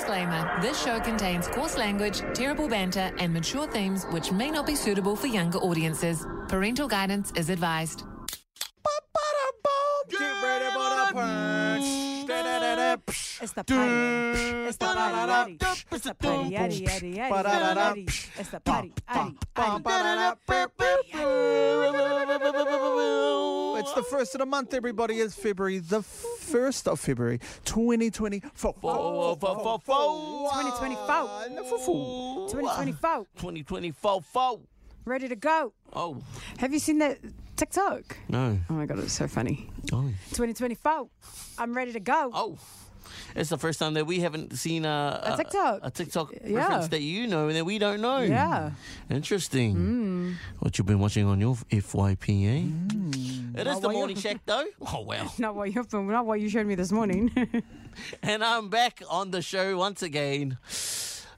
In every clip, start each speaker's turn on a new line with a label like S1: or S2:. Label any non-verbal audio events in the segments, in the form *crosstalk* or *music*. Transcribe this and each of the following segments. S1: Disclaimer This show contains coarse language, terrible banter, and mature themes which may not be suitable for younger audiences. Parental guidance is advised.
S2: Get ready for the punch. Da-da-da-da.
S3: It's the party. It's the party.
S2: Da-da-da-da.
S3: It's the party. Yaddy, yaddy, yaddy,
S2: Ba-da-da-da.
S3: yaddy. It's the party. Addy, addy.
S2: It's the first of the month, everybody. It's February, the first of February, 2020. Fo- fo- fo- fo- fo- fo-
S3: 2024.
S2: No, fo- fo.
S3: ah. 2024.
S4: 2024 4.
S3: Ready to go.
S4: Oh,
S3: Have you seen that TikTok?
S4: no.
S3: Oh my God, it's so funny.
S4: Oh.
S3: 2024. I'm ready to go.
S4: Oh. It's the first time that we haven't seen a,
S3: A TikTok.
S4: a TikTok
S3: Yeah.
S4: reference that you know and that we don't know.
S3: Yeah. Mm.
S4: Interesting. What you've been watching on your FYP, eh?
S3: Mm.
S4: It is the
S3: *laughs*
S4: morning check, though. Oh, well.
S3: Not what you've been, not what you showed me this morning. *laughs*
S4: And I'm back on the show once again.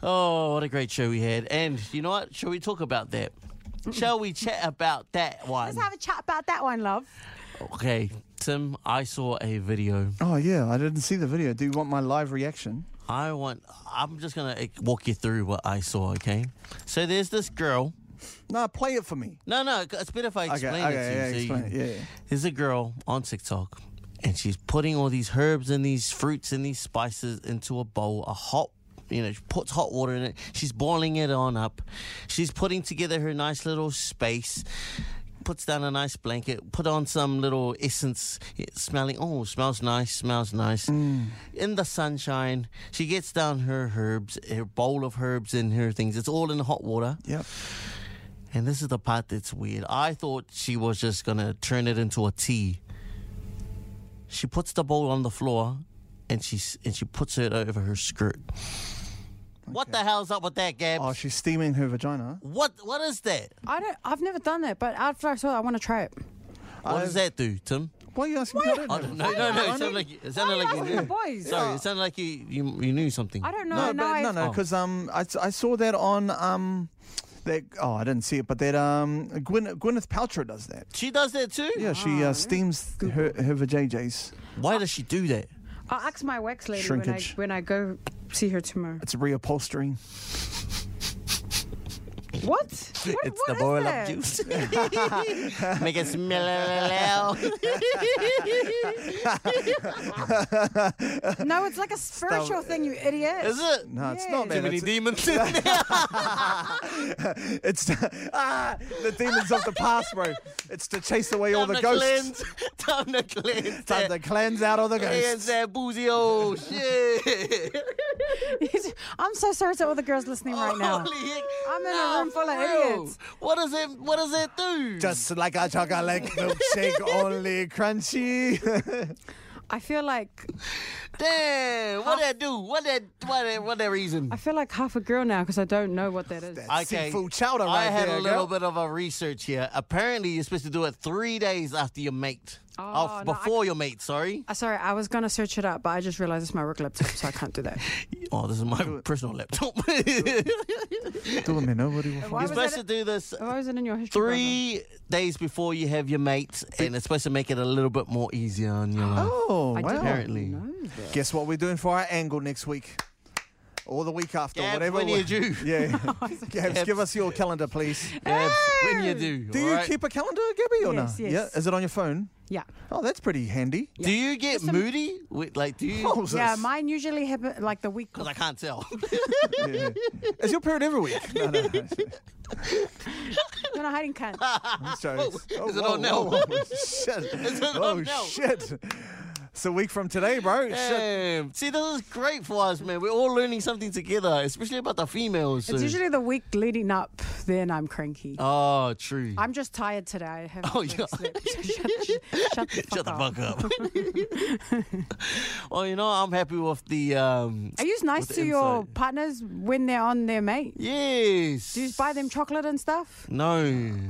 S4: Oh, what a great show we had. And you know what? Shall we talk about that? Shall we chat about that one?
S3: Let's have a chat about that one, love.
S4: Okay, Tim, I saw a video.
S2: Oh, yeah, I didn't see the video. Do you want my live reaction?
S4: I want. I'm just gonna eh, walk you through what I saw. Okay. So there's this girl.
S2: Nah, play it for me.
S4: No, no. It's better if I
S2: Okay,
S4: explain
S2: okay, yeah,
S4: it to you. so
S2: explain
S4: you-
S2: it, yeah.
S4: There's a girl on TikTok, and she's putting all these herbs and these fruits and these spices into a bowl, a hot. You know, she puts hot water in it. She's boiling it on up. She's putting together her nice little space. Puts down a nice blanket. Put on some little essence. eh, Smelling. Oh, smells nice. Smells nice.
S2: Mm.
S4: In the sunshine, she gets down her herbs, her bowl of herbs and her things. It's all in hot water.
S2: Yep.
S4: And this is the part that's weird. I thought she was just gonna turn it into a tea. She puts the bowl on the floor, and she s- and she puts it over her skirt. What the hell's up with that, Gab?
S2: Oh, she's steaming her vagina.
S4: what what is that?
S3: I don't. I've never done that, but after I saw it, I want to try it.
S4: What does that do, Tim?
S2: Why are you asking me? I don't
S4: Oh,
S2: have a
S4: no, no, no. It
S2: vagina.
S4: sounded like you- it sounded like you
S3: asking the
S4: knew.
S3: boys? Oh.
S4: Sorry, it sounded like you you, you knew something.
S3: I don't know.
S2: No,
S3: now
S2: but, no,
S3: I-
S2: no, because um, I, s- I saw that on um, that oh I didn't see it, but that um, Gwyneth, Gwyneth Paltrow does that.
S4: She does that too.
S2: Yeah, she uh, steams her her vajayjays.
S4: Why does she do that?
S3: I'll ask my wax lady when I,
S2: Shrinkage.
S3: when I go see her tomorrow.
S2: It's reupholstering.
S3: What? what
S4: it's
S3: what
S4: the
S3: is
S4: boil
S3: that? *laughs*
S4: up juice. *laughs* Make
S3: *laughs*
S4: it smell.
S3: No, it's like a spiritual thing, you idiot.
S4: Is it?
S2: No, it's not,
S3: Yay.
S2: man. It's,
S4: demons
S2: *laughs*
S4: in there.
S2: it's *laughs* ah, the demons of the past, bro. It's to chase away all
S4: Time
S2: the
S4: to
S2: ghosts.
S4: cleanse. *laughs* Time to cleanse.
S2: Time to
S4: that.
S2: cleanse out all the
S4: Cleanse
S2: ghosts.
S4: that boozy old shit.
S3: *laughs* I'm so sorry to all the girls listening right now.
S4: *laughs* Holy heck.
S3: I'm in
S4: Nah,
S3: a room full of
S4: for real.
S3: idiots.
S4: What does it? What does it do?
S2: Just like a chocolate *laughs* milkshake, only crunchy. *laughs*
S3: I feel like
S4: damn. What that do? What that? What that? What that reason?
S3: I feel like half a girl now because I don't know what that is.
S2: Seafood chowder right
S4: I had
S2: there,
S4: a little
S2: girl.
S4: bit of a research here. Apparently, you're supposed to do it three days after your mate.
S3: Oh,
S4: Of-
S3: no, I-
S4: before your mate, sorry.
S3: Uh, sorry, I was gonna search it up, but I just realized it's my work laptop, so I can't do that.
S4: Oh, this is my personal laptop. *laughs*
S2: Do it, man. Nobody will
S3: Why
S2: find
S4: You're
S3: was
S4: supposed
S3: it-
S4: to do this
S3: *laughs* Why was it in your history?
S4: three days before you have your mates, and it's supposed to make it a little bit more easier on your life.
S2: Oh,
S3: brother? I
S2: wow.
S3: didn't
S4: Apparently.
S3: know that.
S2: Guess what we're doing for our angle next week? Or the week after,
S4: Gabs,
S2: whatever.
S4: when
S2: we-
S4: you do.
S2: *laughs* Yeah.
S4: *laughs*
S2: Gabs, give us your calendar, please.
S4: Gabs, when you do,
S2: Do you
S4: alright?
S2: keep a calendar, Gabby, or
S3: Yes,
S2: no?
S3: yes.
S2: Yeah. Is it on your phone?
S3: Yeah,
S2: Oh, that's pretty handy.
S4: Do you get moody? Wait, like, do you? *laughs*
S2: Moses.
S3: yeah. Mine usually happen like the week.
S4: Because I can't tell. *laughs*
S2: Yeah. Is your period every week? No, no. no.
S3: No, no, I didn't *laughs* count.
S2: I'm sorry. Oh,
S4: *laughs* Is it
S2: whoa,
S4: on now?
S2: whoa, whoa. Shit.
S4: *laughs* Is it on
S2: oh,
S4: now?
S2: shit. It's a week from today, bro. Shit.
S4: Damn. See, this is great for us, man. We're all learning something together, especially about the females.
S3: It's
S4: so-
S3: usually the week leading up. Then I'm cranky.
S4: Oh, true.
S3: I'm just tired today. I haven't
S4: Oh,
S3: really
S4: yeah.
S3: slept. *laughs* So shut, shut the fuck
S4: *laughs* Shut the
S3: up.
S4: fuck up. *laughs* well, you know, I'm happy with the. um
S3: Are you nice
S4: with the
S3: to your
S4: insight.
S3: partners when they're on their mate?
S4: Yes.
S3: Do you buy them chocolate and stuff?
S4: No,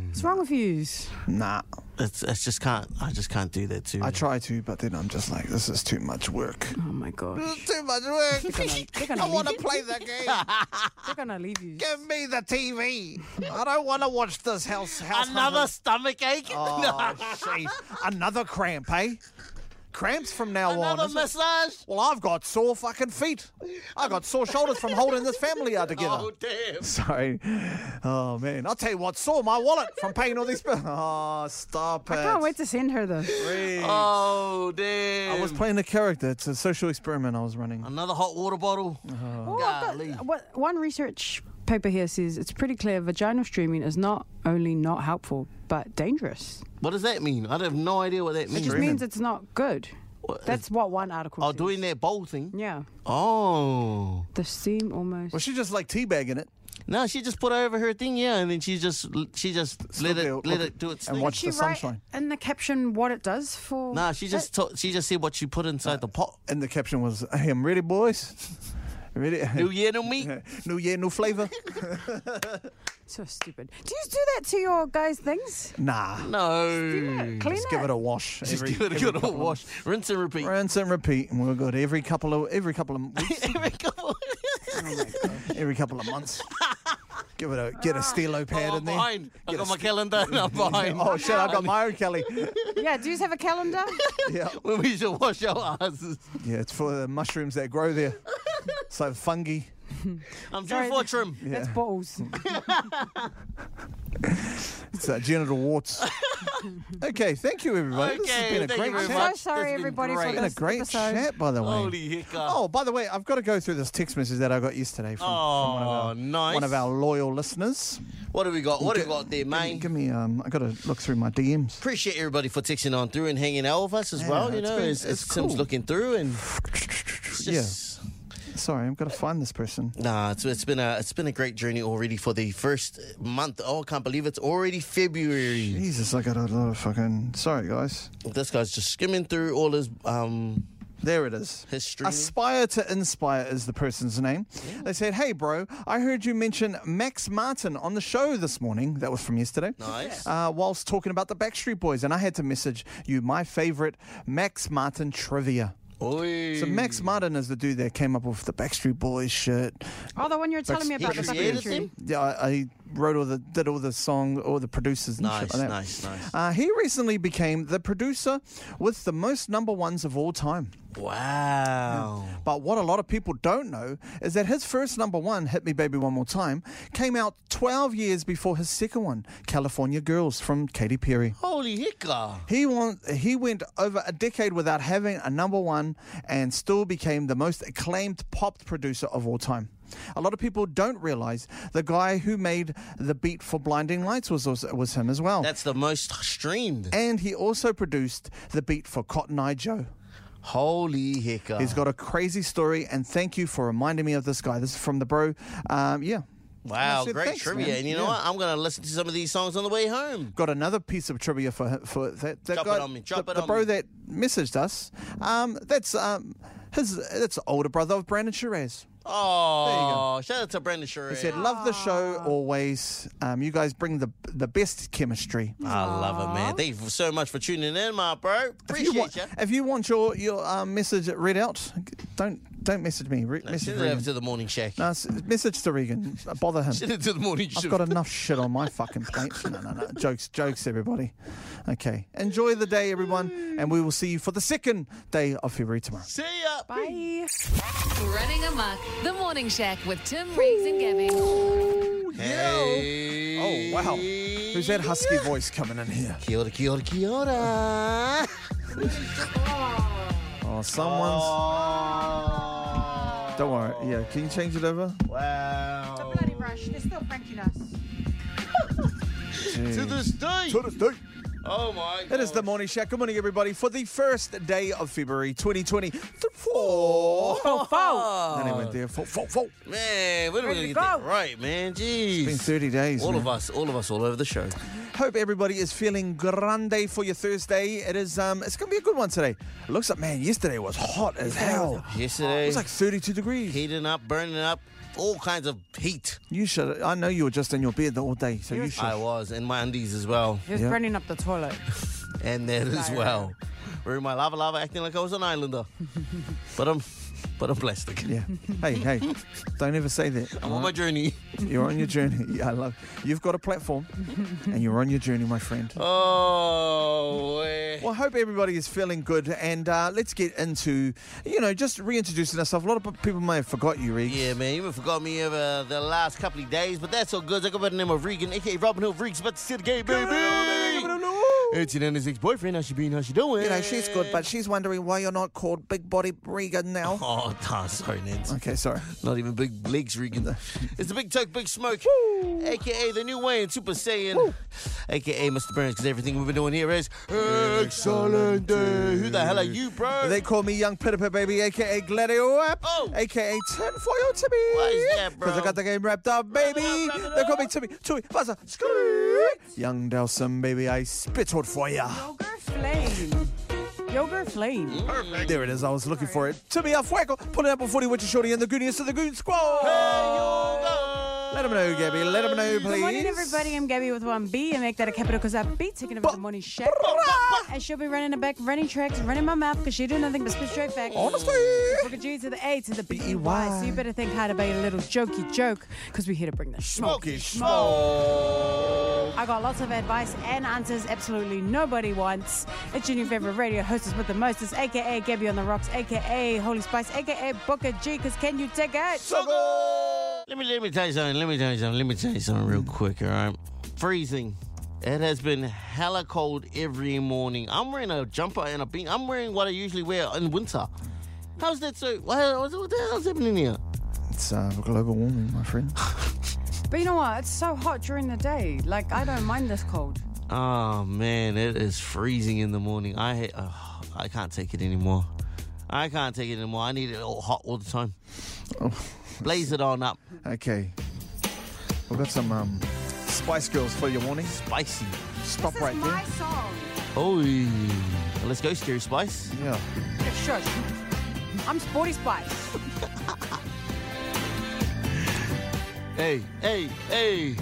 S3: What's wrong with you?
S2: Nah.
S4: it's, it's just can't. I just can't do that too.
S2: I try to, but then I'm just like, this is too much work.
S3: Oh my god.
S2: too much work.
S3: They're
S4: *laughs*
S3: gonna, leave,
S2: to play the *laughs* game.
S3: they're gonna leave you.
S2: Give me the TV. I don't want to watch this house. house
S4: *laughs* Another stomach ache.
S2: Oh, jeez. Another cramp, eh? Cramps from now on.
S4: Another
S2: isn't it?
S4: massage.
S2: Well, I've got sore fucking feet. I've got sore shoulders from holding this family out together.
S4: Oh damn.
S2: Sorry. Oh, man. I'll tell you what, sore my wallet from paying all these *laughs* bills. Oh, stop it.
S3: I can't wait to send her this.
S2: Please.
S4: Oh damn.
S2: I was playing a character. It's a social experiment I was running.
S4: Another hot water bottle.
S2: Uh-huh.
S3: Oh, I've got- what- one research paper here says it's pretty clear vaginal streaming is not only not helpful but dangerous.
S4: What does that mean? I have no idea what that
S3: It
S4: means.
S3: just means it's not good.
S2: uh,
S4: What is-
S3: That's what one article.
S4: oh,
S3: says.
S4: doing that bowl thing.
S2: Mm.
S3: Yeah,
S4: Oh.
S3: the seam almost.
S2: Was she just like teabagging it?
S4: No, she just put over her thing, yeah, and then she just she just let
S2: there,
S4: it
S2: look
S4: let
S2: at-
S4: it do its
S2: and
S4: thing.
S2: watch-
S3: she
S2: the sunshine.
S3: write in the caption what it does for?
S4: Nah, she just to- she just said what she put inside the pot.
S2: And the caption was, hey, I'm ready, boys. *laughs* Ready?
S4: New year, new meat.
S2: *laughs* new year, new
S4: *laughs*
S2: flavour.
S3: so stupid. Do you do that to your guys' things?
S2: Nah.
S4: No.
S3: Clean
S2: Hmm, Just give it
S3: it.
S2: a wash.
S4: Just
S2: every-
S4: give it a
S2: every
S4: good
S2: couple
S4: old
S2: of-
S4: wash, rinse and repeat.
S2: Rinse and repeat, and we're good every couple of every couple of weeks,
S4: *laughs* Every couple-
S2: every couple of months. Give it a get a stelo pad
S4: Oh, I'm
S2: in there.
S4: behind. I
S2: Get
S4: got
S2: a
S4: my
S2: st- *laughs*
S4: calendar. *laughs* and I'm behind.
S2: Oh shit! I've got my own Kelly.
S3: yeah. Do you have a calendar?
S2: *laughs* Yeah,
S4: When *laughs* we should wash our asses.
S2: yeah. It's for the mushrooms that grow there. So fungi.
S4: I'm due
S3: Sorry.
S4: for
S2: *laughs*
S4: a trim.
S3: That's balls.
S2: It's uh, genital warts. okay, thank you everybody. this has
S4: Okay,
S2: been a
S4: thank you
S2: great
S4: very
S2: chat.
S3: I'm
S4: much.
S3: so sorry,
S4: That's been
S3: everybody, for
S4: great.
S2: Been a
S3: this
S2: great
S3: episode.
S2: chat, by the way.
S4: Holy hiccup.
S2: Oh, by the way, I've got to go through this text message that I got yesterday from, from one, of
S4: Oh,
S2: our,
S4: nice.
S2: one of our loyal listeners.
S4: What have we got? What have we got there, mate?
S2: Give me, um, I got to look through my DMs.
S4: Appreciate everybody for texting on through and hanging out with us as
S2: Yeah,
S4: well. You
S2: it's
S4: know,
S2: been-
S4: as, as
S2: it's
S4: Tim's
S2: cool.
S4: looking through and it's
S2: Yeah.
S4: just-
S2: Sorry, I've got to find this person.
S4: Nah, it's, it's been a it's been a great journey already for the first month. Oh, I can't believe it's already February.
S2: Jesus, I got a lot of fucking. Sorry, guys.
S4: This guy's just skimming through all his um
S2: There it is.
S4: history.
S2: Aspire to Inspire is the person's name. They said, Hey, bro, I heard you mention Max Martin on the show this morning. That was from yesterday.
S4: Nice.
S2: Uh, whilst talking about the Backstreet Boys, and I had to message you my favorite Max Martin trivia.
S4: Oi.
S2: So, Max Martin is the dude that came up with the Backstreet Boys shit.
S3: Oh, the one you were telling me
S4: He
S3: about the
S4: created
S3: documentary.
S4: them?
S2: Yeah, I, I wrote all the, did all the song, all the producers and shit
S4: Nice,
S2: like that.
S4: nice, nice.
S2: Uh, he recently became the producer with the most number ones of all time.
S4: Wow.
S2: But what a lot of people don't know is that his first number one, Hit Me Baby One More Time, came out 12 years before his second one, California Girls from Katy Perry.
S4: Holy hiccup.
S2: He, won, he went over a decade without having a number one and still became the most acclaimed pop producer of all time. A lot of people don't realize the guy who made the beat for Blinding Lights was, also, was him as well.
S4: That's the most streamed.
S2: and he also produced the beat for Cotton Eye Joe.
S4: Holy hiccup.
S2: He's got a crazy story, and thank you for reminding me of this guy. This is from the bro. Um, yeah.
S4: Wow,
S2: I said,
S4: great
S2: "Thanks,
S4: trivia.
S2: man."
S4: And you know
S2: Yeah.
S4: what? I'm going to listen to some of these songs on the way home.
S2: Got another piece of trivia for for that, that
S4: Drop it
S2: guy,
S4: on me, drop
S2: the,
S4: it
S2: the
S4: on
S2: bro
S4: me.
S2: that messaged us. Um, that's um, his. That's the older brother of Brandon Shiraz.
S4: Oh, shout out to Brandon Sherry.
S2: He said, "Love the
S4: Ah.
S2: show always. Um, you guys bring the the best chemistry."
S4: I love it, man. Thank you so much for tuning in, my bro.
S2: If you
S4: Appreciate
S2: want,
S4: you.
S2: if you want your your um, message read out, don't don't message me. Re- message
S4: Send it over
S2: Regan.
S4: to the morning shack.
S2: No, s- message to Regan. Bother him.
S4: Send it to the morning
S2: I've
S4: shack.
S2: got enough shit on my fucking plate. No, no, no. Jokes, jokes, everybody. Okay. Enjoy the day, everyone. And we will see you for the second day of February tomorrow.
S4: See ya.
S3: Bye.
S1: Running amok, the morning shack with Tim Reeves and Gabby.
S4: Hey.
S2: Oh, wow. Who's that husky voice coming in here?
S4: Kia ora, kia ora, kia ora.
S2: Oh, someone's.
S4: Oh.
S2: Don't worry. Yeah, can you change it over?
S4: Wow.
S3: Bloody rush. They're still pranking us.
S4: To this day. Oh, my
S2: It
S4: God.
S2: is the morning shack. Good morning, everybody, for the first day of February 2024.
S4: Oh.
S2: And it went there. Four, four, four.
S4: Man, when are
S3: Ready
S4: we going to
S3: to
S4: get that
S3: go.
S4: right, man? Jeez.
S2: It's been 30 days.
S4: All
S2: man.
S4: of us, all of us, all over the show.
S2: Hope everybody is feeling grande for your Thursday. It is. Um, it's gonna be a good one today. Looks like man, yesterday was hot as hell. It
S4: Yesterday,
S2: was like 32 degrees.
S4: *laughs* heating up, burning up, all kinds of heat.
S2: You should. I know you were just in your bed all day, so you should.
S4: I was, and my undies as well,
S3: He was
S2: Yeah.
S3: burning up the toilet.
S4: and that as
S3: Fire. *laughs*
S4: well. Wearing my lava lava, acting like I was an islander. but um, but of plastic.
S2: Yeah. Uh-huh. Hey,
S4: *laughs*
S2: hey, don't ever say that.
S4: I'm
S2: all
S4: on my
S2: right? *laughs*
S4: journey.
S2: You're on your journey. *laughs* Yeah, I love. You've got a platform, and you're on your journey, my friend.
S4: Oh, eh.
S2: Well, I hope everybody is feeling good, and uh, let's get into, you know, just reintroducing ourselves. A lot of p- people may have forgot you, Reek.
S4: Yeah, man, you even forgot me over the last couple of days, but that's all good. I go by the name of Regan, aka Robin Hood Reeks, about to see the game, baby. It's your nanny's ex-boyfriend. How she been? How she doing?
S2: You know, she's good, but she's wondering why you're not called Big Body Regan now.
S4: Oh, nah, sorry, Nance.
S2: Okay, sorry.
S4: Not even big legs,
S2: *laughs*
S4: Regan. It's the big tuck, big smoke, aka the new way in Super Saiyan, aka Mr. Burns, because everything we've been doing here is excellent. day. Who the hell are you, bro?
S2: They call me Young Pittiper Baby, aka Gladio Wap,
S4: Oh.
S2: aka Tinfoil Timmy.
S4: What is that, bro?
S2: Because I got the game wrapped up, baby.
S4: Wrap it up, wrap it
S2: They call me
S4: up.
S2: Timmy, Timmy, Buzzer, Scream. Young Delsum, baby, I spittled for ya.
S3: Yogurt flame. Yogurt flame.
S2: There it is, I was looking for it. Timmy Alfuego, putting up a 40 with your shorty and the Goonies to the Goon Squad. Let them know, Gabby, let them know, please.
S3: Good morning, everybody. I'm Gabby with 1B, and make that a capital because I beat taking over the morning shack. And she'll be running the back, running tracks, running my mouth because she do nothing but spit straight facts.
S2: Honestly.
S3: From a G to the A to the B E Y. So you better think hard about your little jokey joke because we're here to bring the smoke.
S4: Smoky smoke.
S3: I got lots of advice and answers absolutely nobody wants. It's your new favorite radio hostess with the mostest, aka Gabby on the Rocks, aka Holy Spice, aka Booker G. Because can you take it?
S4: Let me let me tell you something. Let me tell you something. Let me tell you something real quick. All right, freezing. It has been hella cold every morning. I'm wearing a jumper and a bean. I'm wearing what I usually wear in winter. How's that so? What, what, what the hell's happening here?
S2: It's uh, global warming, my friend. *laughs*
S3: But you know what? It's so hot during the day. Like, I don't mind this cold.
S4: Oh man, it is freezing in the morning. I hate, oh, I can't take it anymore. I can't take it anymore. I need it all hot all the time. Blaze it on up,
S2: Okay. We've got some um, Spice Girls for your warning.
S4: spicy.
S2: Stop right there.
S3: song.
S4: Oh, let's go, scary spice.
S2: Yeah.
S3: Yeah, Shush. I'm Sporty Spice.
S4: Hey, hey, hey.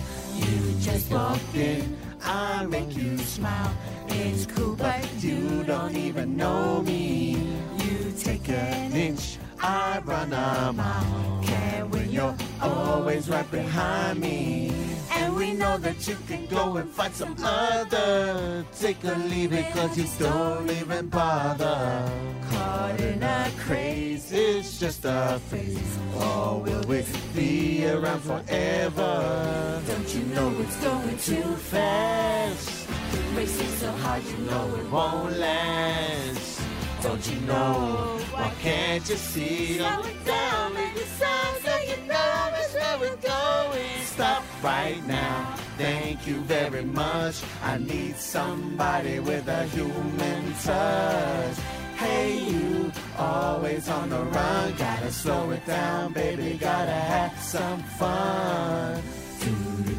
S5: Just walk in, I make you smile. It's cool, but you don't even know me. You take an inch, I run a mile. Can't win, you're always right behind me. And we know that you can go and find some other. Take a leave it, cause you don't even bother. Caught in a craze, it's just a phase. Or will we be around forever? Don't you know it's going too fast? The race is so hard, you know it won't last. Don't you know? Why can't you see? Slow it down, make it sound so you know it's where we're going. Stop right now. Thank you very much. I need somebody with a human touch. Hey, you always on the run. Gotta slow it down, baby. Gotta have some fun. Do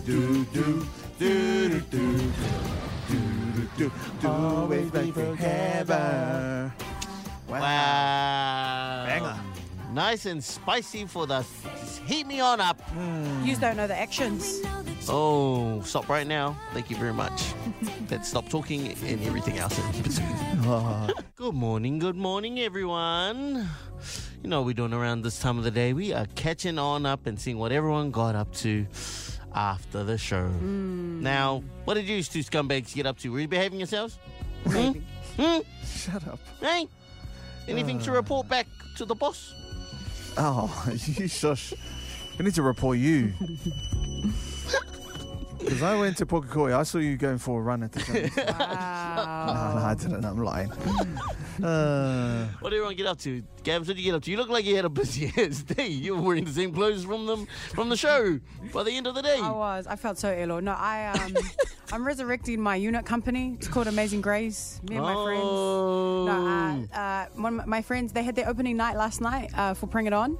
S5: do do do do do do. Do, do, always be forever.
S4: Wow.
S2: Banger.
S4: Nice and spicy for the heat me on up.
S3: You don't know the actions.
S4: Oh, stop right now. Thank you very much. Let's stop talking and everything else. in between. good morning, good morning, everyone. You know what we're doing around this time of the day. We are catching on up and seeing what everyone got up to after the show. Now, what did you two scumbags get up to? Were you behaving yourselves?
S3: Maybe.
S4: Hmm?
S2: Shut up.
S4: Hey? Anything to report back to the boss?
S2: Oh, *laughs* you shush. We need to report *laughs* you. Because I went to Pukekohe, I saw you going for a run *laughs* at the time.
S3: Wow.
S2: no, no, I didn't. I'm lying. Uh,
S4: What did everyone get up to? Gabs, what did you get up to? You look like you had a busy *laughs* ass day. You were wearing the same clothes from them from the show by the end of the day.
S2: Mm-hmm.
S3: I was. I felt so ill. No, I um,
S2: *laughs*
S3: I'm resurrecting my unit company. It's called Amazing Grace. Me and
S2: Oh.
S3: my friends. No,
S4: Oh.
S3: uh, uh, one of my friends they had their opening night last night uh, for Bring It On,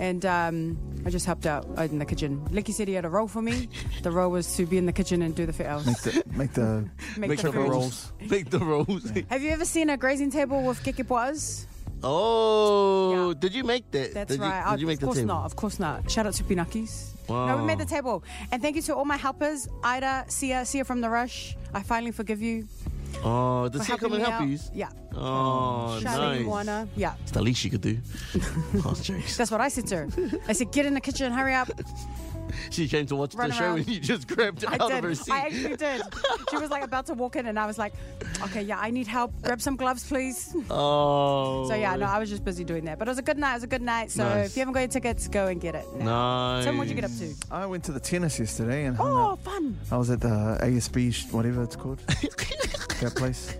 S3: and um, I just helped out out in the kitchen. Licky said he had a role for me. The role was to be in the kitchen and do the fit outs.
S2: make the make the
S3: Make
S2: make the
S3: the food.
S2: rolls.
S4: *laughs* Make the rolls.
S3: Have you ever seen a grazing table with kekepoas?
S4: Oh,
S3: Yeah.
S4: did you make that?
S3: That's
S4: did
S3: right.
S4: You, did
S3: Oh,
S4: you make
S3: of
S4: the
S3: course
S4: table? Oh.
S3: not. Of course not. Shout out to Pinakis. No,
S4: Wow.
S3: we made the table. And thank you to all my helpers Ida, Sia, Sia from The Rush. I finally forgive you.
S4: Oh, does
S3: for
S4: he come
S3: helping
S4: and
S3: me
S4: help
S3: out.
S4: you?
S3: Yeah.
S4: Oh,
S3: Charlie
S4: nice.
S3: Iguana. Yeah.
S4: It's the least you could do. *laughs* oh,
S3: *laughs*
S4: jokes.
S3: That's what I said to her. I said, get in the kitchen, hurry
S4: *laughs*
S3: up.
S4: She came to watch
S3: Run
S4: the show
S3: around.
S4: and you just grabbed her
S3: I
S4: out
S3: did.
S4: of her seat.
S3: I actually did. She was like about to walk in, and I was like, okay, yeah, I need help. Grab some gloves, please.
S4: *laughs* oh.
S3: So, yeah, no, I was just busy doing that. But it was a good night. It was a good night. So,
S4: Nice.
S3: if you haven't got your tickets, go and get it. Now.
S4: Nice.
S3: Tim, what'd you get up to?
S2: I went to the tennis yesterday and hung
S3: Oh,
S2: out.
S3: fun.
S2: I was at the ASB, sh- whatever it's *laughs* called, that place.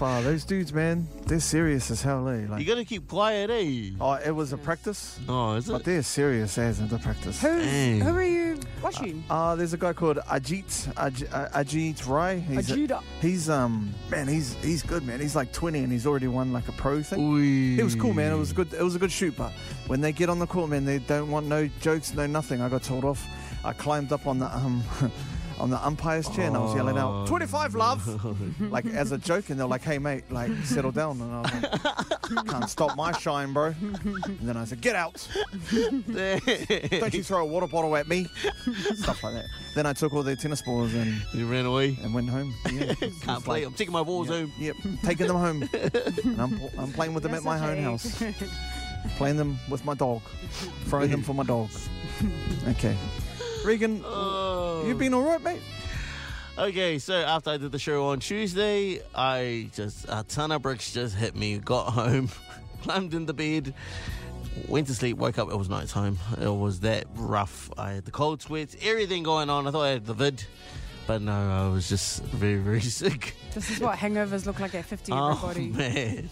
S2: Wow, those dudes, man, they're serious as hell, eh?
S4: You
S2: Like,
S4: gotta keep quiet, eh?
S2: oh, it was a practice,
S4: Oh, is
S2: but
S4: it?
S2: they're serious as in the practice.
S3: Who's,
S4: Dang.
S3: Who are you watching?
S2: Uh, there's a guy called Ajit Aj- uh, Ajit Rai. He's,
S3: Ajita.
S2: he's um man, he's he's good man. He's like 20 and he's already won like a pro thing. It was cool,
S4: *laughs*
S2: man. It was good. It was a good shoot, but when they get on the court, man, they don't want no jokes, no nothing. I got told off. I climbed up on the um, *laughs* on the umpire's chair and I was yelling
S4: Oh.
S2: out, "25,
S4: *laughs*
S2: love!" like as a joke, and they're like, "Hey, mate, like settle down." And I was like, "Can't stop my shine, bro." And then I said, "Get out! Don't you throw a water bottle at me!" Stuff like that. Then I took all their tennis balls and
S4: you ran away.
S2: and went home. Yeah.
S4: Can't play. I'm taking my balls home.
S2: Yep, taking them home. and I'm, pl- I'm playing with them
S3: You're
S2: at my
S3: such
S2: own
S3: a-
S2: house. playing them with my dog. Throwing them for my dog. Okay. Regan,
S4: Oh.
S2: you've been all right, mate?
S4: Okay, so after I did the show on Tuesday, I just a ton of bricks just hit me. Got home, *laughs* climbed into bed, went to sleep, woke up. It was night time. It was that rough. I had the cold sweats, everything going on. I thought I had the vid, but no, I was just very very *laughs* sick.
S3: This is what hangovers look like at 50, everybody.
S4: Oh man.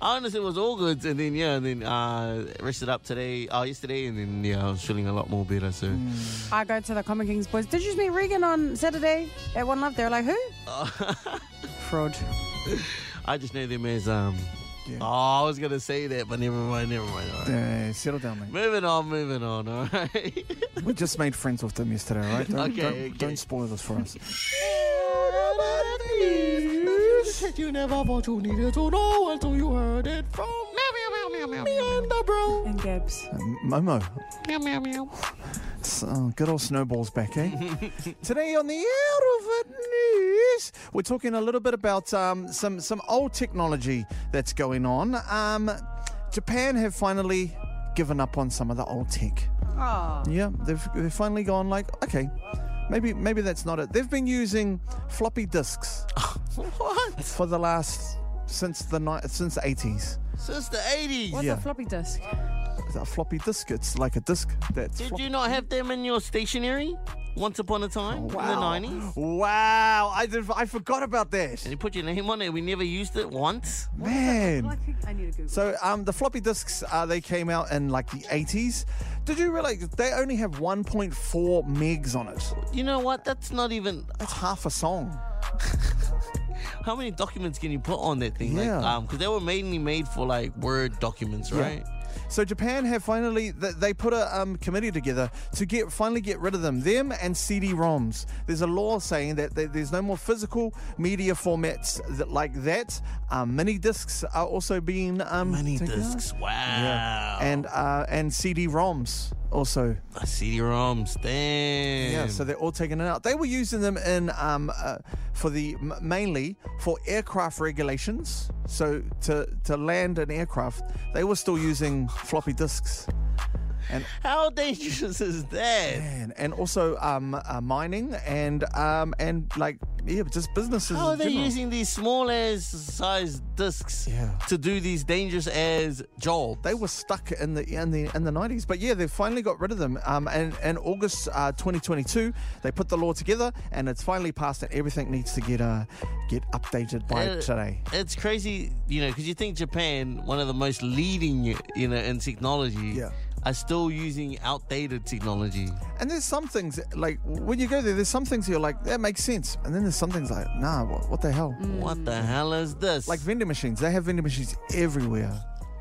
S4: Honestly, it was all good, and then yeah, and then uh, rested up today, uh, yesterday, and then yeah, I was feeling a lot more better. So
S3: I go to the Common Kings boys. Did you just meet Regan on Saturday at One Love? They're like, who? Fraud.
S4: I just know them as um.
S2: Yeah.
S4: Oh, I was gonna say that, but never mind, never mind. All right.
S2: Yeah, settle down, mate.
S4: Moving on, moving on. All right.
S2: We just made friends with them yesterday, all right? Don't,
S4: Okay,
S2: don't,
S4: okay.
S2: don't spoil this for us.
S4: you never thought you needed to know until you heard it from me and the bro.
S3: And Gabs.
S2: Um, Momo. It's, uh, good old snowballs back, eh? *laughs* Today on the Out of It News, we're talking a little bit about um, some some old technology that's going on. Um, Japan have finally given up on some of the old tech.
S3: Oh.
S2: Yeah, they've, they've finally gone like, okay, maybe maybe that's not it. They've been using floppy disks
S4: What?
S2: for the last since the ni- since the eighties.
S4: Since the 80s.
S3: What's
S2: Yeah.
S3: a floppy disk?
S2: A floppy disk, it's like a disk that's.
S4: Did
S2: floppy.
S4: you not have them in your stationery once upon a time in the 90s?
S2: Wow, I did, I forgot about that.
S4: And you put your name on it, we never used it once.
S2: Man.
S3: I think I need a Google.
S2: So um, the floppy disks uh, they came out in like the 80s. Did you realize they only have 1.4 megs on it?
S4: You know what? That's not even.
S2: That's half a song.
S4: How many documents can you put on that thing?
S2: Yeah.
S4: Like, um, because they were mainly made for like Word documents, right?
S2: So Japan have finally th- they put a um, committee together to get finally get rid of them, them and CD-ROMs. There's a law saying that th- there's no more physical media formats that, like that. Um, mini discs are also being um,
S4: Mini
S2: taken out.
S4: discs. Wow.
S2: Yeah. and uh, and CD-ROMs also.
S4: Uh, CD-ROMs. Damn.
S2: Yeah, so they're all taken out. They were using them in um, uh, for the m- mainly for aircraft regulations. So to to land an aircraft, they were still using floppy disks,
S4: How dangerous is that?
S2: and and also um, uh, mining and um, and like yeah, just businesses.
S4: How are
S2: in
S4: they
S2: general.
S4: using these small ass size discs
S2: Yeah.
S4: to do these dangerous as jobs?
S2: They were stuck in the in the in the nineties, but yeah, they finally got rid of them. Um, and in August uh, 2022, they put the law together, and it's finally passed, and everything needs to get uh, get updated by
S4: Uh,
S2: today.
S4: It's crazy, you know, because you think Japan, one of the most leading, you know, in technology,
S2: Yeah.
S4: are still using outdated technology.
S2: And there's some things like when you go there, there's some things you're like that makes sense, and then there's some things like nah, what, what the hell?
S4: What the hell is this?
S2: Mm. Like vending machines, they have vending machines everywhere.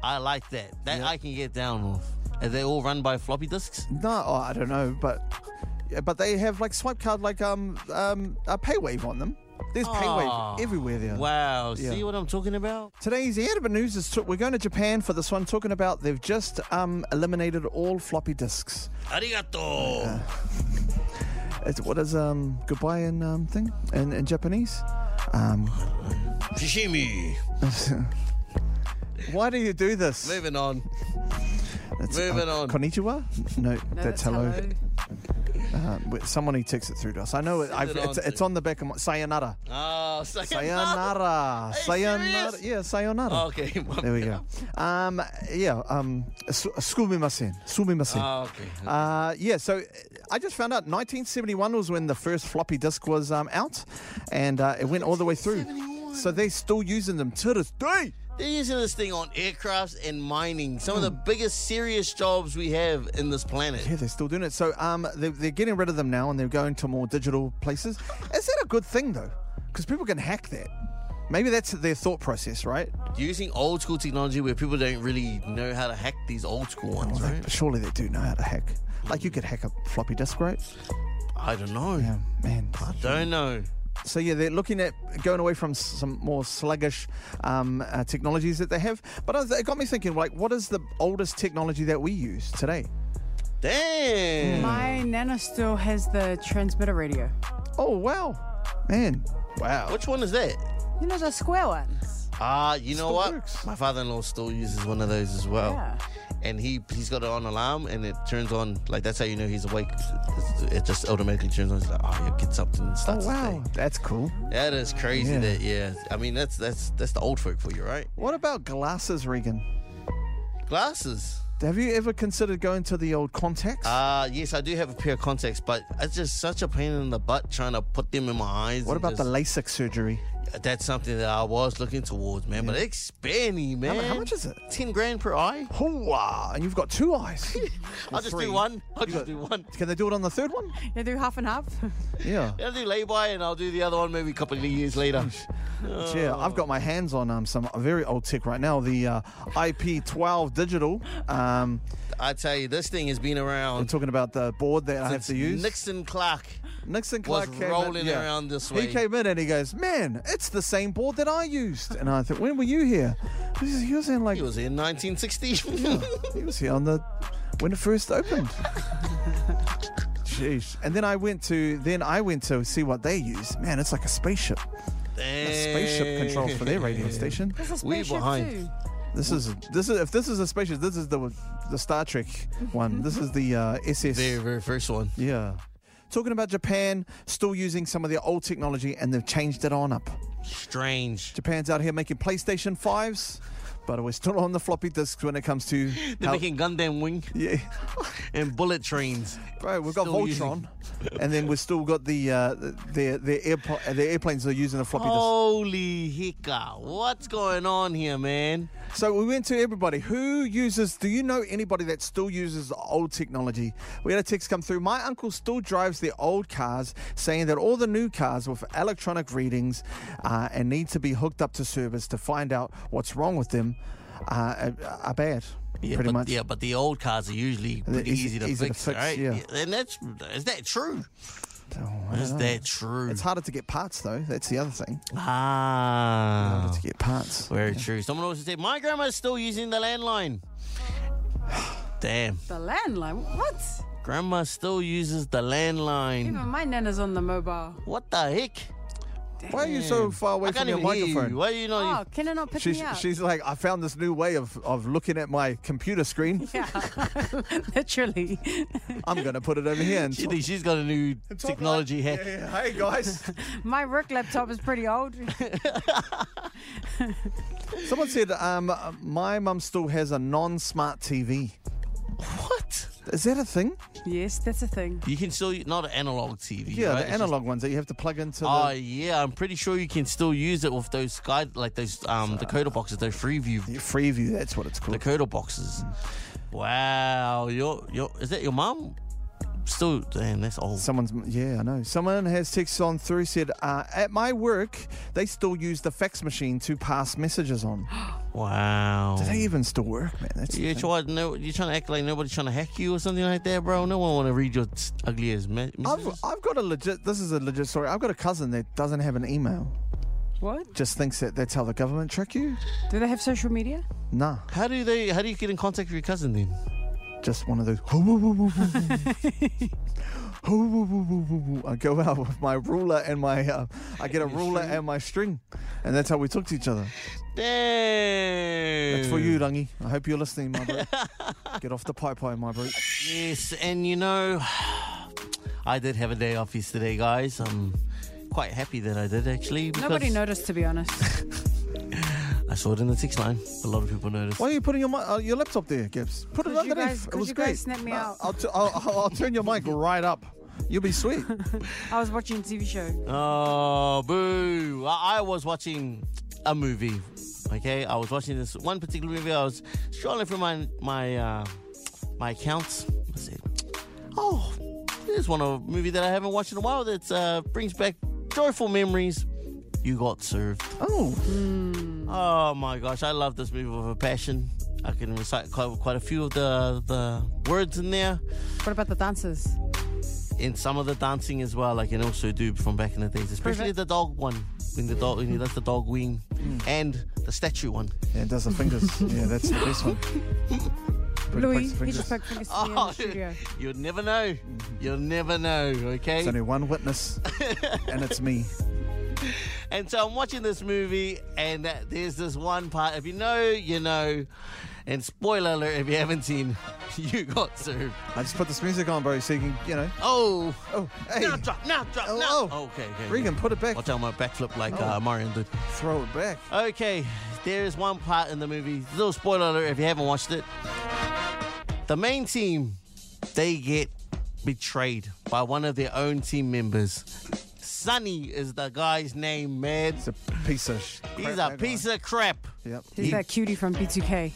S4: I like that. That I can get down with. Are they all run by floppy disks?
S2: No, oh, I don't know, but yeah, but they have like swipe card, like um um a paywave on them. There's paywave
S4: Aw,
S2: everywhere there.
S4: Wow.
S2: Yeah.
S4: See what I'm talking about?
S2: Today's the Edinburgh News is we're going to Japan for this one, talking about they've just um eliminated all floppy disks.
S4: Arigato.
S2: It's, what is um goodbye in um thing in, in Japanese? Um, *laughs*
S4: Sashimi.
S2: why do you do this?
S4: Moving on.
S2: It's, uh,
S4: moving on.
S2: Konnichiwa? No, that's, hello.
S3: hello.
S2: Uh, wait, someone who texts it through to us. I know it, I've,
S4: it
S2: it's,
S4: on
S2: it's
S4: to-
S2: on the back of my.
S4: *laughs*
S2: Sayonara.
S4: Oh,
S2: Sayonara.
S4: sayonara. Are you
S2: sayonara.
S4: serious? Oh,
S2: Yeah, sayonara.
S4: Okay. my
S2: There we
S4: bad.
S2: go. Um, yeah, um, su- sumimasen. Sumimasen.
S4: Oh, *laughs* okay.
S2: Uh, yeah, so I just found out 1971 was when the first floppy disk was um, out, and uh, it went all the way through. So they're still using them to this day.
S4: They're using this thing on aircrafts and mining. Some of the biggest serious jobs we have in this planet.
S2: Yeah, they're still doing it. So um, they're, they're getting rid of them now, and they're going to more digital places. Is that a good thing though? Because people can hack that. Maybe that's their thought process, right?
S4: Using old school technology where people don't really know how to hack these old school ones,
S2: Well, they-
S4: right?
S2: surely they do know how to hack. Like you could hack a floppy disk, right?
S4: I don't know.
S2: Yeah, man.
S4: Don't know.
S2: So yeah, they're looking at going away from s- some more sluggish um, uh, technologies that they have. But I was, it got me thinking, like, what is the oldest technology that we use today?
S4: Damn.
S2: Mm.
S3: My nana still has the transmitter radio.
S2: Oh wow, man, wow.
S4: Which one is that?
S3: You know the square ones.
S4: Ah, you know
S2: Still
S4: what?
S2: works.
S4: My father-in-law still uses one of those as well.
S3: Yeah.
S4: And he he's got it on alarm, and it turns on. Like that's how you know he's awake. It's- It just automatically turns on. It's like, oh, he gets up and
S2: Oh
S4: starts. his
S2: wow,
S4: day.
S2: that's cool.
S4: That is crazy.
S2: Yeah.
S4: That yeah. I mean, that's that's that's the old folk for you, right?
S2: What about glasses, Regan?
S4: Glasses.
S2: Have you ever considered going to the old contacts?
S4: Uh yes, I do have a pair of contacts, but it's just such a pain in the butt trying to put them in my eyes.
S2: what
S4: and
S2: about the
S4: just-
S2: LASIK surgery?
S4: That's something that I was looking towards, man. But it's spendy, man.
S2: mu- how much is it?
S4: Ten grand per eye.
S2: Hoo-wah, and you've got two eyes.
S4: *laughs* I'll just
S2: three.
S4: do one. I'll just do one.
S2: Can they do it on the third one?
S3: They do half and half. *laughs*
S2: Yeah.
S4: I'll do lay by and I'll do the other one maybe a couple of years later.
S2: Yeah, I've got my hands on um, some very old tech right now. The uh, IP12 digital. Um,
S4: *laughs* I tell you, this thing has been
S2: I'm
S4: around.
S2: talking about the board that I have to use.
S4: Nixon Clark.
S2: Nixon
S4: was
S2: Clark came in,
S4: rolling around this way.
S2: He came in and he goes, "Man, it's the same board that I used." And I thought, "When were you here?" He was- He was in like
S4: He was
S2: *laughs*
S4: in 1960.
S2: he was here on the when it first
S4: *laughs*
S2: opened. Jeez. And then I went to then I went to see what they used. Man, it's like a spaceship. A spaceship controls for their radio station.
S3: There's a
S4: We're
S3: spaceship
S4: behind.
S3: too.
S2: This is this is if this is a spaceship, this is the the Star Trek one. This is the uh, SS.
S4: Very, very first one.
S2: Yeah. Talking about Japan, still using some of their old technology, and they've changed it on up.
S4: Strange.
S2: Japan's out here making PlayStation fives, but we're still on the floppy disks when it comes to.
S4: *laughs* They're making Gundam Wing
S2: yeah,
S4: and
S2: *laughs*
S4: bullet trains.
S2: bro, we've got
S4: Still
S2: Voltron,
S4: using-
S2: and then we've still got the uh, their their, airpo- uh, their airplanes are using the floppy
S4: Oh,
S2: disk.
S4: Holy hiccup. What's going on here, man?
S2: So we went to everybody. Who uses, do you know anybody that still uses the old technology? We had a text come through. My uncle still drives the old cars, saying that all the new cars were for electronic readings uh, and need to be hooked up to service to find out what's wrong with them uh, are, are bad.
S4: Yeah,
S2: pretty
S4: but,
S2: much.
S4: Yeah, but the old cars are usually pretty
S2: easy-
S4: easy, to,
S2: easy to
S4: fix,
S2: fix,
S4: right?
S2: yeah.
S4: And that's is that true?
S2: Oh, I
S4: Is
S2: don't know.
S4: that true?
S2: It's harder to get parts, though. That's the other thing.
S4: ah,
S2: Harder to get parts.
S4: very true. Someone also said my grandma's still using the landline. *sighs* Damn,
S3: The landline. What?
S4: grandma still uses the landline.
S3: Even my nana's on the mobile.
S4: What the heck?
S2: Why are you so far away
S4: I
S2: from
S4: can't
S2: your
S4: even hear
S2: microphone? Ah,
S4: you. Why are you not?
S3: Oh, can I not pick
S2: She's,
S3: me up?
S2: she's like, I found this new way of, of looking at my computer screen.
S3: yeah, *laughs* literally. *laughs*
S2: I'm going to put it over here and
S4: *laughs* She thinks she's got a new technology hack.
S2: Yeah, yeah. Hey guys,
S3: My work laptop is pretty old.
S2: *laughs* someone said um, my mum still has a non-smart TV.
S4: What?
S2: Is that a thing?
S3: yes, that's a thing.
S4: You can still not an analog TV.
S2: Yeah,
S4: right?
S2: the
S4: It's just-
S2: analog ones that you have to plug into.
S4: Oh
S2: the,
S4: yeah, I'm pretty sure you can still use it with those sky like those um Dakota boxes, those
S2: the
S4: Freeview
S2: Freeview, that's what it's called.
S4: Dakota boxes. Wow, your your is that your mum? Still, damn, that's old.
S2: Someone's yeah, I know. Someone has text on through said uh, at my work they still use the fax machine to pass messages on.
S4: Wow.
S2: Do they even still work, man? That's the
S4: You
S2: thing.
S4: try to know, you're trying to act like nobody's trying to hack you or something like that, bro. No one want to read your t- ugly ass me-
S2: I've,
S4: messages.
S2: I've got a legit. This is a legit story. I've got a cousin that doesn't have an email.
S3: What?
S2: Just thinks that that's how the government trick you.
S3: Do they have social media?
S2: Nah,
S4: How do they? How do you get in contact with your cousin then?
S2: just one of those. "Hoo, woo, woo, woo, woo, woo." Hoo, woo, woo, woo, woo, woo. I go out with my ruler and my uh, I get a ruler and my string, and that's how we talk to each other.
S4: Damn.
S2: It's for you, Rangi. I hope you're listening, my bro. get off the pie pie, my bro.
S4: Yes, and you know, *sighs* I did have a day off yesterday, guys. I'm quite happy that I did actually. because
S3: Nobody noticed, to be honest. *laughs*
S4: I saw it in the text line. A lot of people noticed.
S2: Why are you putting your mi- uh, your laptop there, Gibbs? Put it
S3: Could you
S2: underneath.
S3: guys-
S2: it
S3: could
S2: was
S3: you
S2: great.
S3: guys snap me
S2: Uh,
S3: out?
S2: I'll, t- I'll, I'll, I'll turn your mic right up. You'll be
S3: *laughs*
S2: sweet.
S3: I was watching a TV show.
S4: Oh, boo. I, I was watching a movie. Okay, I was watching this one particular movie. I was scrolling through my my uh, my accounts. I said, "Oh, there's one of- movie that I haven't watched in a while that uh, brings back joyful memories." You got served.
S2: oh,
S4: Oh my gosh, I love this movie with a passion. I can recite quite, quite a few of the the words in there,
S3: What about the dancers?
S4: and some of the dancing as well. I can also do from back in the days, especially
S3: Perfect. Mm.
S4: the dog one when the dog when he does the dog wing, and the statue one.
S2: yeah, it does the fingers. yeah, that's the best one. Pretty
S3: Louis,
S2: practice
S3: he just
S2: fingers.
S3: poked fingers to me in the studio.
S4: Oh, *laughs* you'll never know. You'll never know. Okay.
S2: There's only one witness, and it's me.
S4: And so I'm watching this movie, and that, there's this one part. If you know, you know. And spoiler alert, if you haven't seen, *laughs* you got served.
S2: I just put this music on, bro, so you can, you know.
S4: Oh.
S2: Oh, hey,
S4: Now drop, now drop,
S2: Oh,
S4: now.
S2: oh.
S4: Okay, okay.
S2: Regan, put it back.
S4: Watch out, my backflip like
S2: Oh.
S4: uh, Mario did.
S2: Throw it back.
S4: Okay, there is one part in the movie. Little spoiler alert if you haven't watched it. The main team, they get betrayed by one of their own team members. Sonny is the guy's name, man.
S2: It's a piece of. sh-
S4: He's
S2: crap
S4: a
S2: tagline.
S4: piece of crap.
S2: Yep.
S3: He's that cutie from B2K.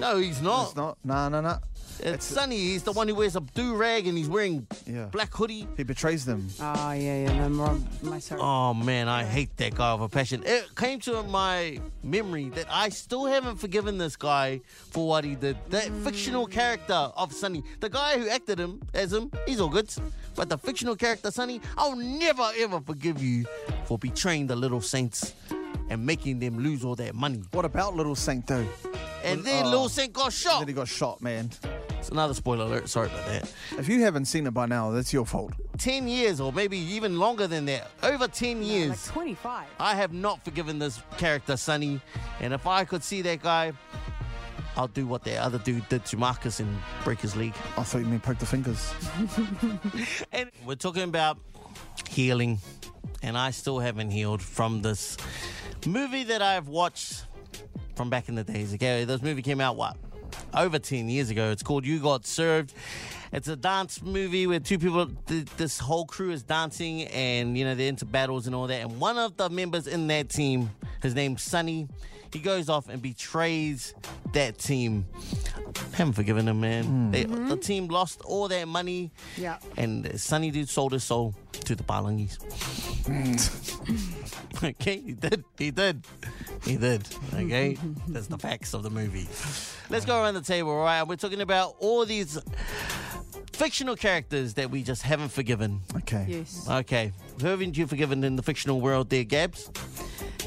S4: No, he's
S2: It's
S4: not.
S2: not. Nah, nah, nah.
S4: It's Sonny. He's the one who wears a do rag and he's wearing
S2: Yeah.
S4: black hoodie.
S2: He betrays them.
S3: Oh, yeah, yeah, no, I'm wrong. My sorry.
S4: Oh man, I hate that guy with a passion. It came to my memory that I still haven't forgiven this guy for what he did. That fictional character of Sonny, the guy who acted him as him, he's all good. But the fictional character Sonny, I'll never ever forgive you for betraying the little saints and making them lose all their money.
S2: What about Little Saint, though?
S4: And then
S2: Oh.
S4: little saint got
S2: Then
S4: shot.
S2: he got shot, man.
S4: It's another spoiler alert. Sorry about that.
S2: If you haven't seen it by now, that's your fault.
S4: 10 years or maybe even longer than that. Over 10 years.
S3: Like 25.
S4: I have not forgiven this character, Sonny. And if I could see that guy, I'll do what that other dude did to Marcus and break his leg.
S2: I thought you meant poke the fingers.
S4: And we're talking about healing. And I still haven't healed from this movie that I've watched from back in the days. Okay, this movie came out, what, over 10 years ago. It's called You Got Served. It's a dance movie where two people, th- this whole crew is dancing and, you know, they're into battles and all that. And one of the members in that team, his name's Sonny, he goes off and betrays that team. Haven't forgiven him, man. They, The team lost all their money.
S3: Yeah.
S4: And Sonny dude sold his soul to the Balangis. okay, he did. He did. He did. Okay? That's the facts of the movie. Let's go around the table, all right? We're talking about all these fictional characters that we just haven't forgiven.
S2: Okay.
S3: Yes.
S4: Okay. Who haven't you forgiven in the fictional world there, Gabs?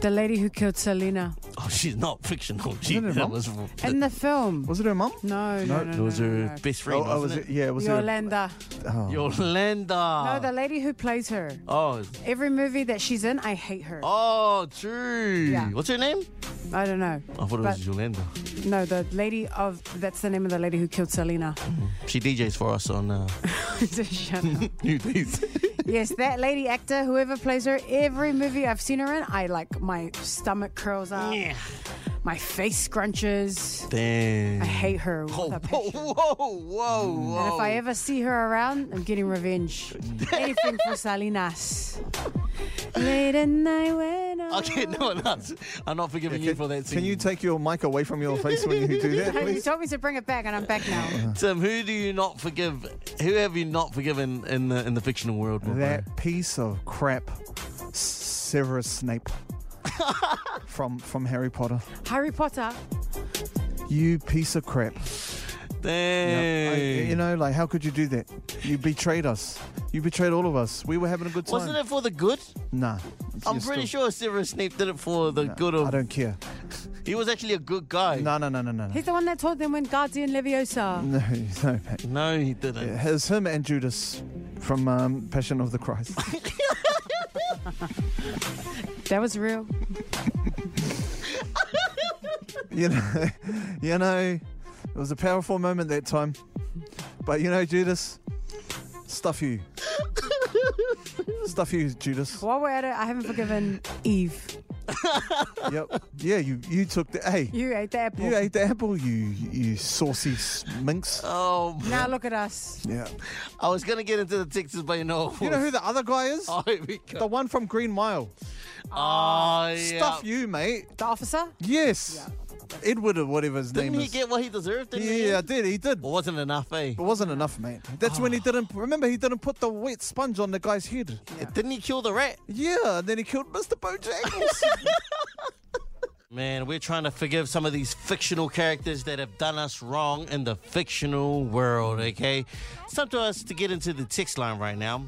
S3: The lady who killed Selena.
S4: Oh, she's not fictional. She
S2: Isn't it
S4: that
S2: wrong?
S4: was
S3: In the film.
S2: Was it her mum?
S3: No, no, no.
S4: it
S3: no,
S4: was
S3: no,
S4: her
S3: no.
S4: best friend.
S2: Oh, oh, was
S4: wasn't
S2: it? Yeah, was it?
S3: Yolanda.
S2: Oh.
S4: Yolanda.
S3: No, the lady who plays her.
S4: oh,
S3: Every movie that she's in, I hate her.
S4: oh, true.
S3: Yeah.
S4: What's her name?
S3: I don't know.
S4: I thought it
S3: But-
S4: was Yolanda.
S3: No, the lady of that's the name of the lady who killed Selena. *laughs*
S4: She DJs for us on uh, *laughs*
S3: Shut up.
S4: New Days.
S3: yes, that lady actor, whoever plays her, every movie I've seen her in, I like my stomach curls up, my face scrunches.
S4: Damn.
S3: I hate her. With
S4: Oh,
S3: a
S4: whoa,
S3: passion.
S4: *laughs* whoa, whoa, whoa.
S3: And if I ever see her around, I'm getting revenge. Anything for Salinas. Late at night when I. *laughs*
S4: Okay, no, I'm not. I'm not forgiving you for that.
S2: Can you take your mic away from your face when you do
S4: *laughs*
S2: that,
S3: You
S2: please?
S3: told me to bring it back, and I'm back now.
S4: Tim? Who do you not forgive? Who have you not forgiven in the in the fictional world? my bro?
S2: That piece of crap, Severus
S4: *laughs*
S2: Snape, from from Harry Potter.
S3: Harry Potter.
S2: You piece of crap.
S4: Damn.
S2: I- you know, like how could you do that? You betrayed us. You betrayed all of us. We were having a good time.
S4: Wasn't it for the good?
S2: Nah.
S4: I'm
S2: You're
S4: pretty
S2: still-
S4: sure Severus Snape did it for the
S2: Nah,
S4: good
S2: I
S4: of.
S2: don't care.
S4: He was actually a good guy.
S2: No, no, no, no, no. no.
S3: He's the one that told them when Guardian
S2: *laughs*
S3: Leviosa.
S2: No, no, mate.
S4: No, he didn't.
S2: It was him and Judas from um, Passion of the Christ.
S3: That was real.
S2: *laughs* you know, *laughs* you know, it was a powerful moment that time. But you know, Judas, stuff you, stuff you,
S4: *laughs*
S2: Judas.
S3: While we're at it, I haven't forgiven Eve.
S2: Yep. Yeah, you you took the hey.
S3: You ate the apple.
S2: You ate the apple, you you saucy s- minx.
S4: Oh,
S3: Now look at us.
S2: Yeah.
S4: I was gonna get into the Texas, but you know,
S2: You know who the other guy is?
S4: *laughs* Oh, here we go.
S2: The one from Green Mile.
S4: Oh, yeah.
S2: Stuff you, mate.
S3: The officer?
S2: Yes. Edward or whatever his
S4: Didn't
S2: name
S4: he
S2: is.
S4: get what he deserved? Didn't he?
S2: yeah, I did. He did.
S4: It wasn't enough, eh?
S2: It wasn't enough, mate. That's when he
S4: Ah.
S2: didn't. Remember, he didn't put the wet sponge on the guy's head.
S4: Didn't he kill the rat?
S2: Yeah, and then he killed Mr.
S4: *laughs*
S2: Bojangles.
S4: Man, we're trying to forgive some of these fictional characters that have done us wrong in the fictional world, okay? It's up to us to get into the text line right now.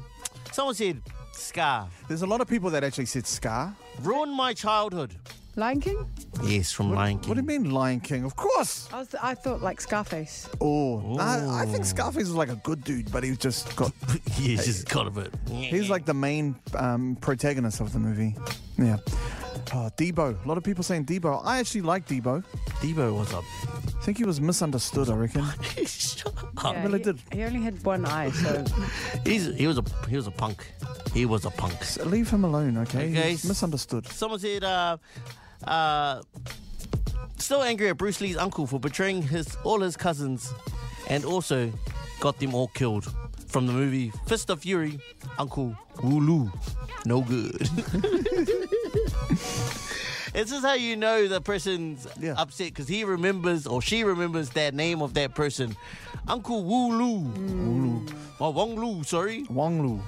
S4: Someone said, Scar,
S2: There's a lot of people that actually said Scar.
S4: ruined my childhood.
S3: Lion King?
S4: Yes, from Lion King.
S2: What do you mean, Lion King? Of course.
S3: I, was, I thought like Scarface.
S2: Oh, nah, I think Scarface was like a good dude, but he just got.
S4: *laughs* yeah, just got a bit.
S2: He's like the main um, protagonist of the movie. Yeah. Oh, Debo. A lot of people saying Debo. I actually like Debo.
S4: Debo was up.
S2: I think he was misunderstood, I reckon.
S4: *laughs* Shut up.
S3: Yeah,
S2: well,
S3: he,
S2: it did.
S3: He only had one eye, so
S4: He's, he was a he was a punk. He was a punk.
S2: So leave him alone, okay?
S4: Okay.
S2: He's misunderstood.
S4: Someone said, uh, uh, still angry at Bruce Lee's uncle for betraying his all his cousins, and also got them all killed from the movie Fist of Fury. Uncle Wulu, no good. *laughs* This is how you know the person's
S2: Yeah.
S4: upset because he remembers or she remembers that name of that person, Uncle Wulu. Wulu. Oh, Wong Lu, sorry.
S2: Wong Lu.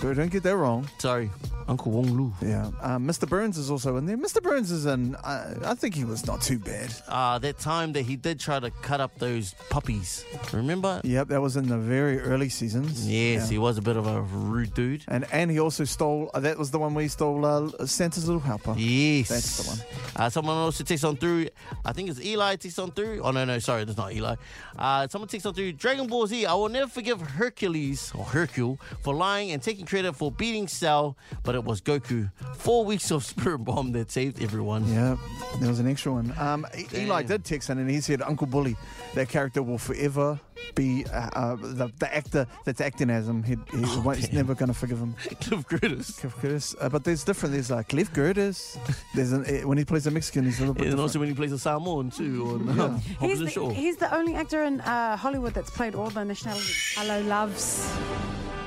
S2: Don't don't get that wrong.
S4: Sorry, Uncle Wong Lu.
S2: Yeah. Um, Mr. Burns is also in there. Mr. Burns is in. I, I think he was not too bad.
S4: uh, that time that he did try to cut up those puppies. Remember?
S2: Yep, that was in the very early seasons.
S4: Yes,
S2: Yeah.
S4: he was a bit of a rude dude.
S2: And and he also stole. uh, That was the one where he stole uh, Santa's little helper.
S4: Yes.
S2: That's the one.
S4: Uh, someone also texts on through. I think it's Eli texts on through. Oh, no, no, sorry, that's not Eli. Uh, someone texts on through Dragon Ball Z. I will never forgive Hercules, or Hercule, for lying and taking credit for beating Cell, but it was Goku. Four weeks of Spirit Bomb that saved everyone.
S2: Yeah, there was an extra one. Um, E- Eli
S4: Damn.
S2: did text in and he said, "Uncle Bully, that character will forever be uh, uh, the, the actor that's acting as him. He, he
S4: Oh,
S2: won't- he's never going to forgive him."
S4: *laughs* Cliff Curtis.
S2: Cliff Curtis, uh, but there's different. There's like Cliff Curtis. There's an, eh, when he plays a Mexican, he's a little bit.
S4: And also
S2: different.
S4: when he plays a Samoan, too, on um, Hobbs
S3: he's
S4: and Shaw.
S3: the, he's the only actor in uh, Hollywood that's played all the nationalities. Hello, loves.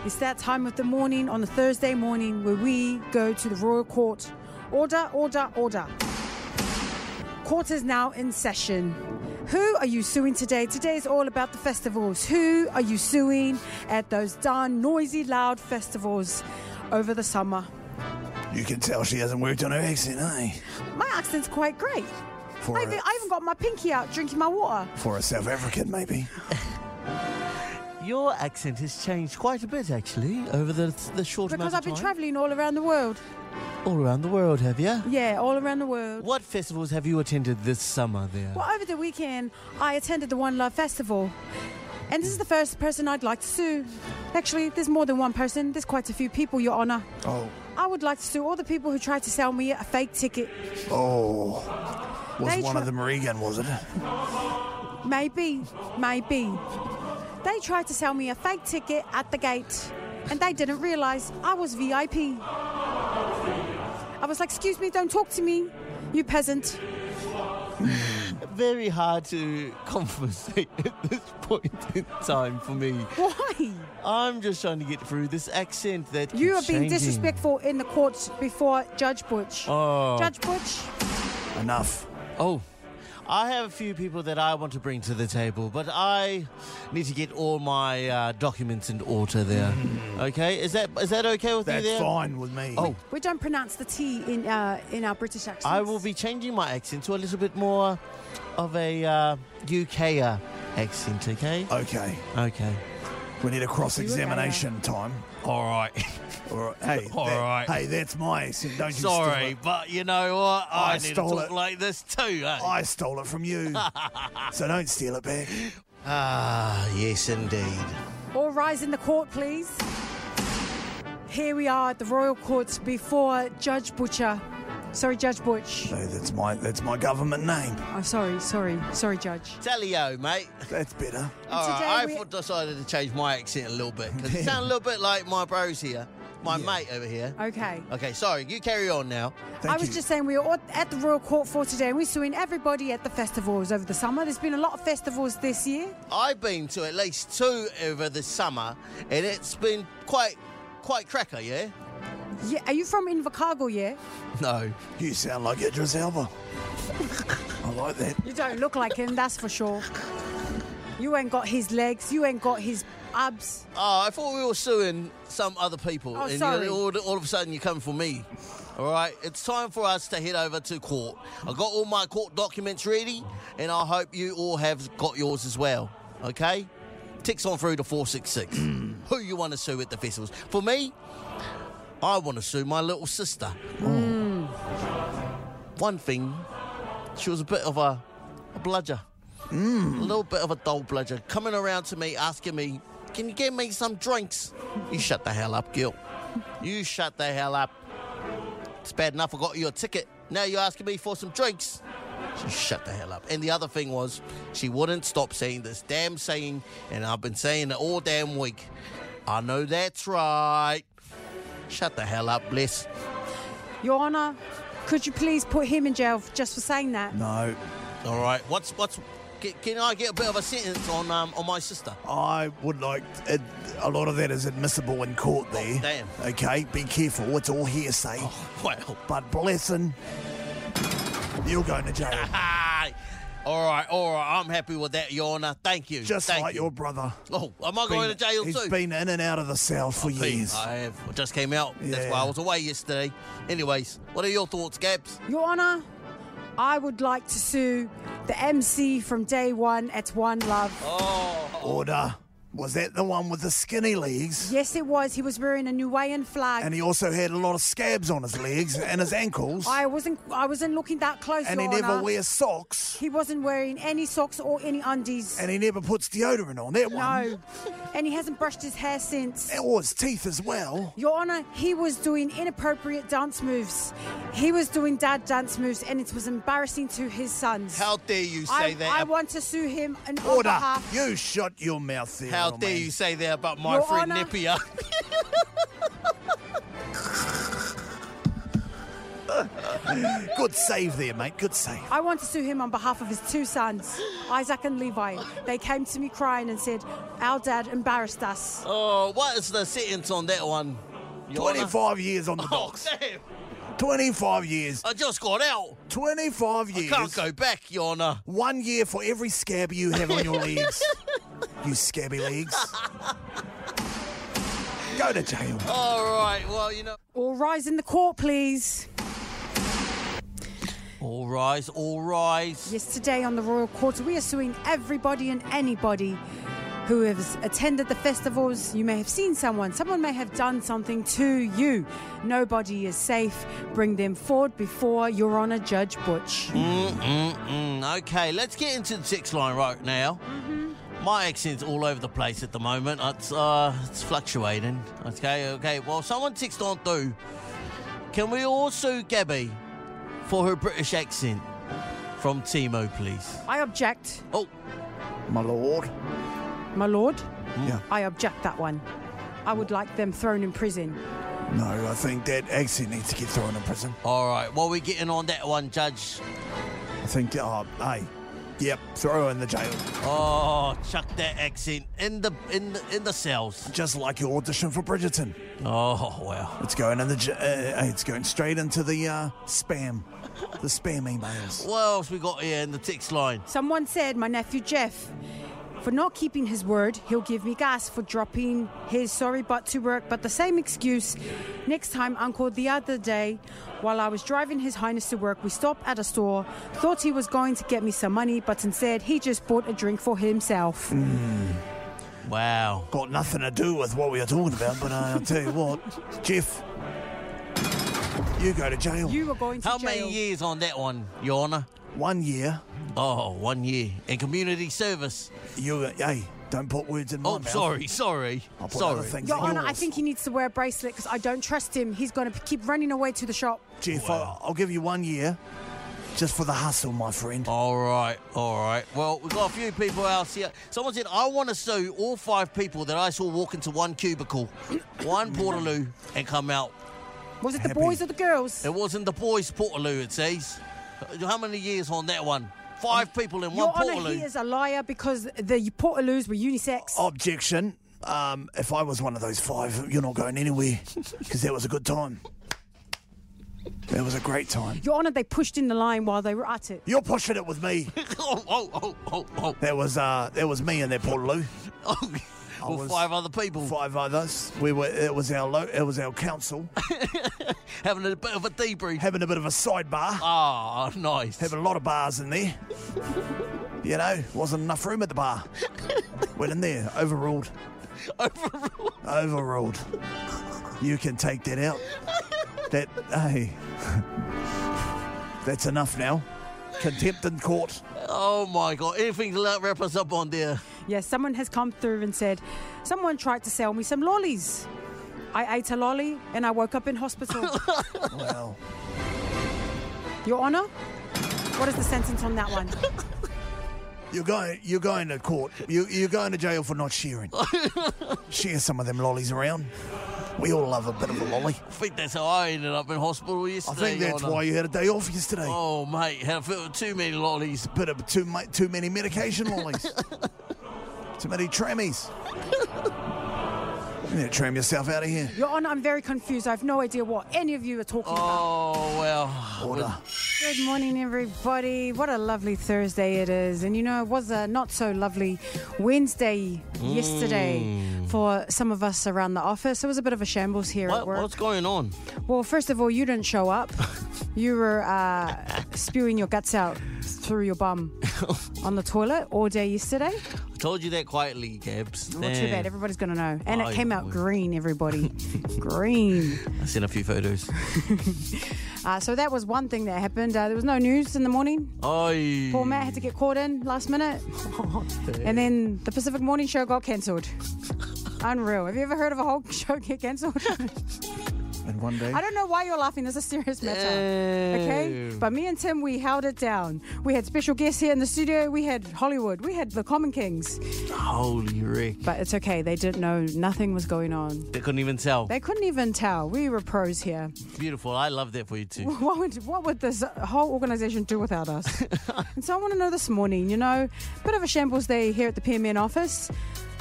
S3: It's that time of the morning on a Thursday morning where we go to the royal court. Order, order, order. Court is now in session. Who are you suing today? Today is all about the festivals. Who are you suing at those darn noisy, loud festivals over the summer?
S2: you can tell she hasn't worked on her accent, eh?
S3: My accent's quite great.
S2: For a-
S3: I even, I even got my pinky out drinking my water.
S2: for a South African, maybe.
S4: Your accent has changed quite a bit, actually, over the, the short
S3: Because I've
S4: amount of
S3: been
S4: time.
S3: travelling all around the world.
S4: all around the world, have you?
S3: Yeah, all around the world.
S4: What festivals have you attended this summer there?
S3: Well, over the weekend, I attended the One Love Festival. And this is the first person I'd like to sue. Actually, there's more than one person. There's quite a few people, Your Honour.
S2: Oh,
S3: I would like to sue all the people who tried to sell me a fake ticket.
S2: oh. Was
S3: They
S2: one
S3: try-
S2: of them Regan, was it?
S3: Maybe, maybe. They tried to sell me a fake ticket at the gate, and they didn't realise I was VIP. I was like, excuse me, don't talk to me, you peasant.
S4: Very hard to *laughs* compensate at this point in time for me.
S3: Why?
S4: I'm just trying to get through this accent that
S3: You are
S4: keeps
S3: being
S4: changing.
S3: disrespectful in the courts before Judge Butch.
S4: Oh.
S3: Judge Butch,
S2: Enough.
S4: Oh, I have a few people that I want to bring to the table, but I need to get all my uh, documents in order there.
S3: Mm.
S4: Okay, is that is that okay with
S2: That's
S4: you there?
S2: fine with me.
S4: Oh,
S3: we don't pronounce the T in uh, in our British accents.
S4: I will be changing my accent to a little bit more of a uh, UK uh, accent, okay?
S2: Okay.
S4: Okay.
S2: We need a cross examination time.
S4: All *laughs* right.
S2: Or hey,
S4: *laughs* All
S2: that-
S4: right.
S2: hey, that's my accent. Don't you steal
S4: Sorry,
S2: it.
S4: but you know what?
S2: I
S4: I, need to
S2: stole
S4: talk
S2: it.
S4: like this too. eh?
S2: I stole it from
S4: *laughs*
S2: you, so don't steal it back.
S4: Ah, yes, indeed.
S3: All rise in the court, please. Here we are at the royal courts before Judge Butcher. Sorry, Judge Butch.
S6: So that's my that's my government name.
S3: Oh, sorry, sorry, sorry, Judge.
S4: Tallyo, mate.
S6: That's better.
S4: All
S3: today
S4: right, I
S3: we-
S4: thought- decided to change my accent a little bit because it sounds a little bit like my bros here, my mate over here.
S3: Okay.
S4: Okay, sorry, you carry on now.
S6: Thank
S3: I was
S6: you.
S3: just saying we were all at the Royal Court for today and we're suing everybody at the festivals over the summer. There's been a lot of festivals this year.
S4: I've been to at least two over the summer, and it's been quite, quite cracker, yeah.
S3: Yeah, are you from Invercargill, yeah?
S4: No,
S6: You sound like Idris Elba. I like that.
S3: You don't look like him, that's for sure. You ain't got his legs, you ain't got his abs.
S4: oh, I thought we were suing some other people,
S3: Oh,
S4: and
S3: sorry.
S4: You, all, all of a sudden you come for me. All right, it's time for us to head over to court. I got all my court documents ready, and I hope you all have got yours as well. Okay, ticks on through to four six six.
S3: Mm.
S4: Who you want to sue at the festivals? For me, I want to sue my little sister.
S3: Mm.
S4: One thing, she was a bit of a, a bludger, a little bit of a dull bludger, coming around to me asking me, "Can you get me some drinks?" You shut the hell up, girl. You shut the hell up. It's bad enough I got you a ticket. Now you're asking me for some drinks. She shut the hell up. And the other thing was, she wouldn't stop saying this damn saying, and I've been saying it all damn week. I know that's right. Shut the hell up, Bliss.
S3: Your Honour, could you please put him in jail f- just for saying that?
S6: No,
S4: All right. What's what's? Can, can I get a bit of a sentence on um on my sister? *laughs*
S6: I would like it, a lot of that is admissible in court. There.
S4: Oh, damn. Oh.
S6: Okay, be careful. It's all hearsay.
S4: Well,
S6: But blessing, you're going
S4: *laughs*
S6: to jail,
S4: hi. All right, all right. I'm happy with that, Your Honour. Thank you.
S6: just
S4: Thank
S6: like
S4: you.
S6: your brother.
S4: Oh, am I going to
S6: Been-
S4: jail
S6: He's
S4: too?
S6: been in and out of the cell for years.
S4: I have. I just came out. That's
S6: Yeah.
S4: why I was away yesterday. Anyways, what are your thoughts, Gabs?
S3: Your Honour, I would like to sue the MC from day one at One Love.
S6: Oh. Order. Was that the one with the skinny legs?
S3: Yes, it was. He was wearing a Nuwayan flag.
S6: And he also had a lot of scabs on his legs and his ankles.
S3: I wasn't. I wasn't looking that close.
S6: and he
S3: Your
S6: never
S3: Honour.
S6: wears socks.
S3: He wasn't wearing any socks or any undies.
S6: And he never puts deodorant on. That one.
S3: no, and he hasn't brushed his hair since.
S6: Or his teeth as well.
S3: Your Honour, he was doing inappropriate dance moves. He was doing dad dance moves, and it was embarrassing to his sons.
S4: How dare you say
S3: I,
S4: that?
S3: I want to sue him and on
S6: Order.
S3: behalf.
S6: You shut your mouth
S4: How
S6: there. little
S4: dare
S6: man.
S4: you say that about my
S3: Your
S4: friend
S3: Honour-
S4: Nipia?
S6: Good save there, mate. Good save.
S3: I want to sue him on behalf of his two sons, Isaac and Levi. They came to me crying and said, "Our dad embarrassed us."
S4: *laughs* oh, what is the sentence on that one? Your Honour?
S6: 25 years on the
S4: *laughs* Oh,
S6: box.
S4: damn.
S6: 25 years.
S4: I just got out.
S6: 25 years.
S4: Can't go back, Your Honour.
S6: One year for every scab you have on your legs. You scabby legs. Go to jail.
S4: All right. Well, you know.
S3: All rise in the court, please.
S4: All rise. All rise.
S3: Yes, today on the Royal Court, we are suing everybody and anybody who has attended the festivals. You may have seen someone, someone may have done something to you. Nobody is safe. Bring them forward before Your Honour Judge Butch.
S4: Mm. Mm-mm. Okay, let's get into the text line right now. My accent's all over the place at the moment. It's uh, it's fluctuating. Okay, okay. Well, someone text on through. Can we all sue Gabby for her British accent from Timo, please?
S3: I object,
S4: Oh,
S6: My lord.
S3: my lord.
S6: Yeah.
S3: I object that one. I would like them thrown in prison.
S6: No, I think that accent needs to get thrown in prison.
S4: all right. Well, we're getting on that one, Judge.
S6: I think, oh, hey. Yep, throw her in the jail.
S4: Oh, chuck that accent in the in the in the cells.
S6: Just like your audition for Bridgerton.
S4: Oh wow.
S6: It's going in the, j- uh, uh, it's going straight into the uh, spam, the spam emails.
S4: What else we got here in the text line?
S3: Someone said, my nephew Jeff, for not keeping his word, he'll give me gas for dropping his sorry butt to work, but the same excuse. Next time, Uncle, the other day, while I was driving His Highness to work, we stopped at a store, thought he was going to get me some money, but instead he just bought a drink for himself.
S4: Wow.
S6: Got nothing to do with what we were talking about, but uh, I'll tell you what, Jeff, you go to jail.
S3: You were going to
S4: How
S3: jail.
S4: many years on that one, Your Honour?
S6: One year,
S4: Oh, one year in community service.
S6: you, hey,
S2: uh, Don't put words in my
S4: Oh,
S2: mouth.
S4: sorry, sorry,
S2: I'll put
S4: sorry.
S2: other things
S3: Your
S2: in
S3: Honor, I
S2: yours.
S3: think he needs to wear a bracelet because I don't trust him. He's going to keep running away to the shop.
S2: Jeff, I'll, I'll give you one year just for the hustle, my friend.
S4: All right, all right. Well, we've got a few people else here. Someone said, I want to sue all five people that I saw walk into one cubicle, one Portaloo, and come out.
S3: Was it the
S2: Happy.
S3: boys or the girls?
S4: It wasn't the boys' Portaloo, it says. How many years on that one? Five people in
S3: Your
S4: one
S3: Honor,
S4: Portaloo.
S3: he is a liar because the Portaloos were unisex.
S4: Oh,
S2: Objection. Um, if I was one of those five, you're not going anywhere because that was a good time. That was a great time.
S3: Your Honor, they pushed in the line while they were at it.
S2: You're pushing it with me.
S4: *laughs* oh, oh, oh, oh, oh.
S2: That was uh, that was me and that Portaloo.
S4: oh. *laughs* With
S2: was-
S4: five other people
S2: Five others. We were. It was our lo- it was our council
S4: having a bit of a debrief.
S2: having a bit of a sidebar.
S4: Ah, nice.
S2: Having a lot of bars in there. You know, wasn't enough room at the bar. Went in there, overruled. Overruled. Overruled. You can take that out. That, hey, that's enough now. Contempt in court.
S4: Oh my god, anything to like, wrap us up on there.
S3: Yes, someone has come through and said, someone tried to sell me some lollies. I ate a lolly and I woke up in
S4: *laughs*
S3: hospital.
S2: Wow.
S3: Your Honor, what is the sentence on that one?
S2: You're going, you're going to court. You, you're going to jail for not sharing. Share some of them lollies around. We all love a bit of a lolly.
S4: I think that's how I ended up in hospital
S2: I
S4: yesterday.
S2: think that's
S4: Your Honour.
S2: why you had a day off yesterday.
S4: Oh mate, had felt too many lollies.
S2: bit of too mu- too many medication lollies, too many trammies. You need to tram yourself out of here.
S3: Your Honor, I'm very confused. I have no idea what any of you are talking about.
S4: Oh well.
S2: Order.
S3: Good morning, everybody. What a lovely Thursday it is. And you know, it was a not so lovely Wednesday yesterday for some of us around the office. It was a bit of a shambles here at
S4: Mm. What,
S3: work.
S4: what's going on?
S3: Well, first of all, you didn't show up. You were uh, spewing your guts out through your bum on the toilet all day yesterday.
S4: I told you that quietly, Gabs.
S3: Well, too bad. Everybody's going to know. And
S4: Oh,
S3: it came out
S4: boy.
S3: green, everybody. green.
S4: I sent a few photos.
S3: Uh, so that was one thing that happened. Uh, there was no news in the morning.
S4: Oi.
S3: Poor Matt had to get called in last minute. and then the Pacific Morning Show got cancelled. Unreal. Have you ever heard of a whole *laughs* show get cancelled?
S2: And one day,
S3: I don't know why you're laughing. This is a serious matter. Okay?
S4: Damn.
S3: But me and Tim, we held it down. We had special guests here in the studio. We had Hollywood. We had the Common Kings.
S4: Holy Rick.
S3: But it's okay. They didn't know nothing was going on.
S4: They couldn't even tell.
S3: They couldn't even tell. We were pros here. *laughs*
S4: Beautiful. I love that for you too.
S3: What would, what would this whole organisation do without us? and so I want to know this morning, you know, bit of a shambles day here at the PMN office.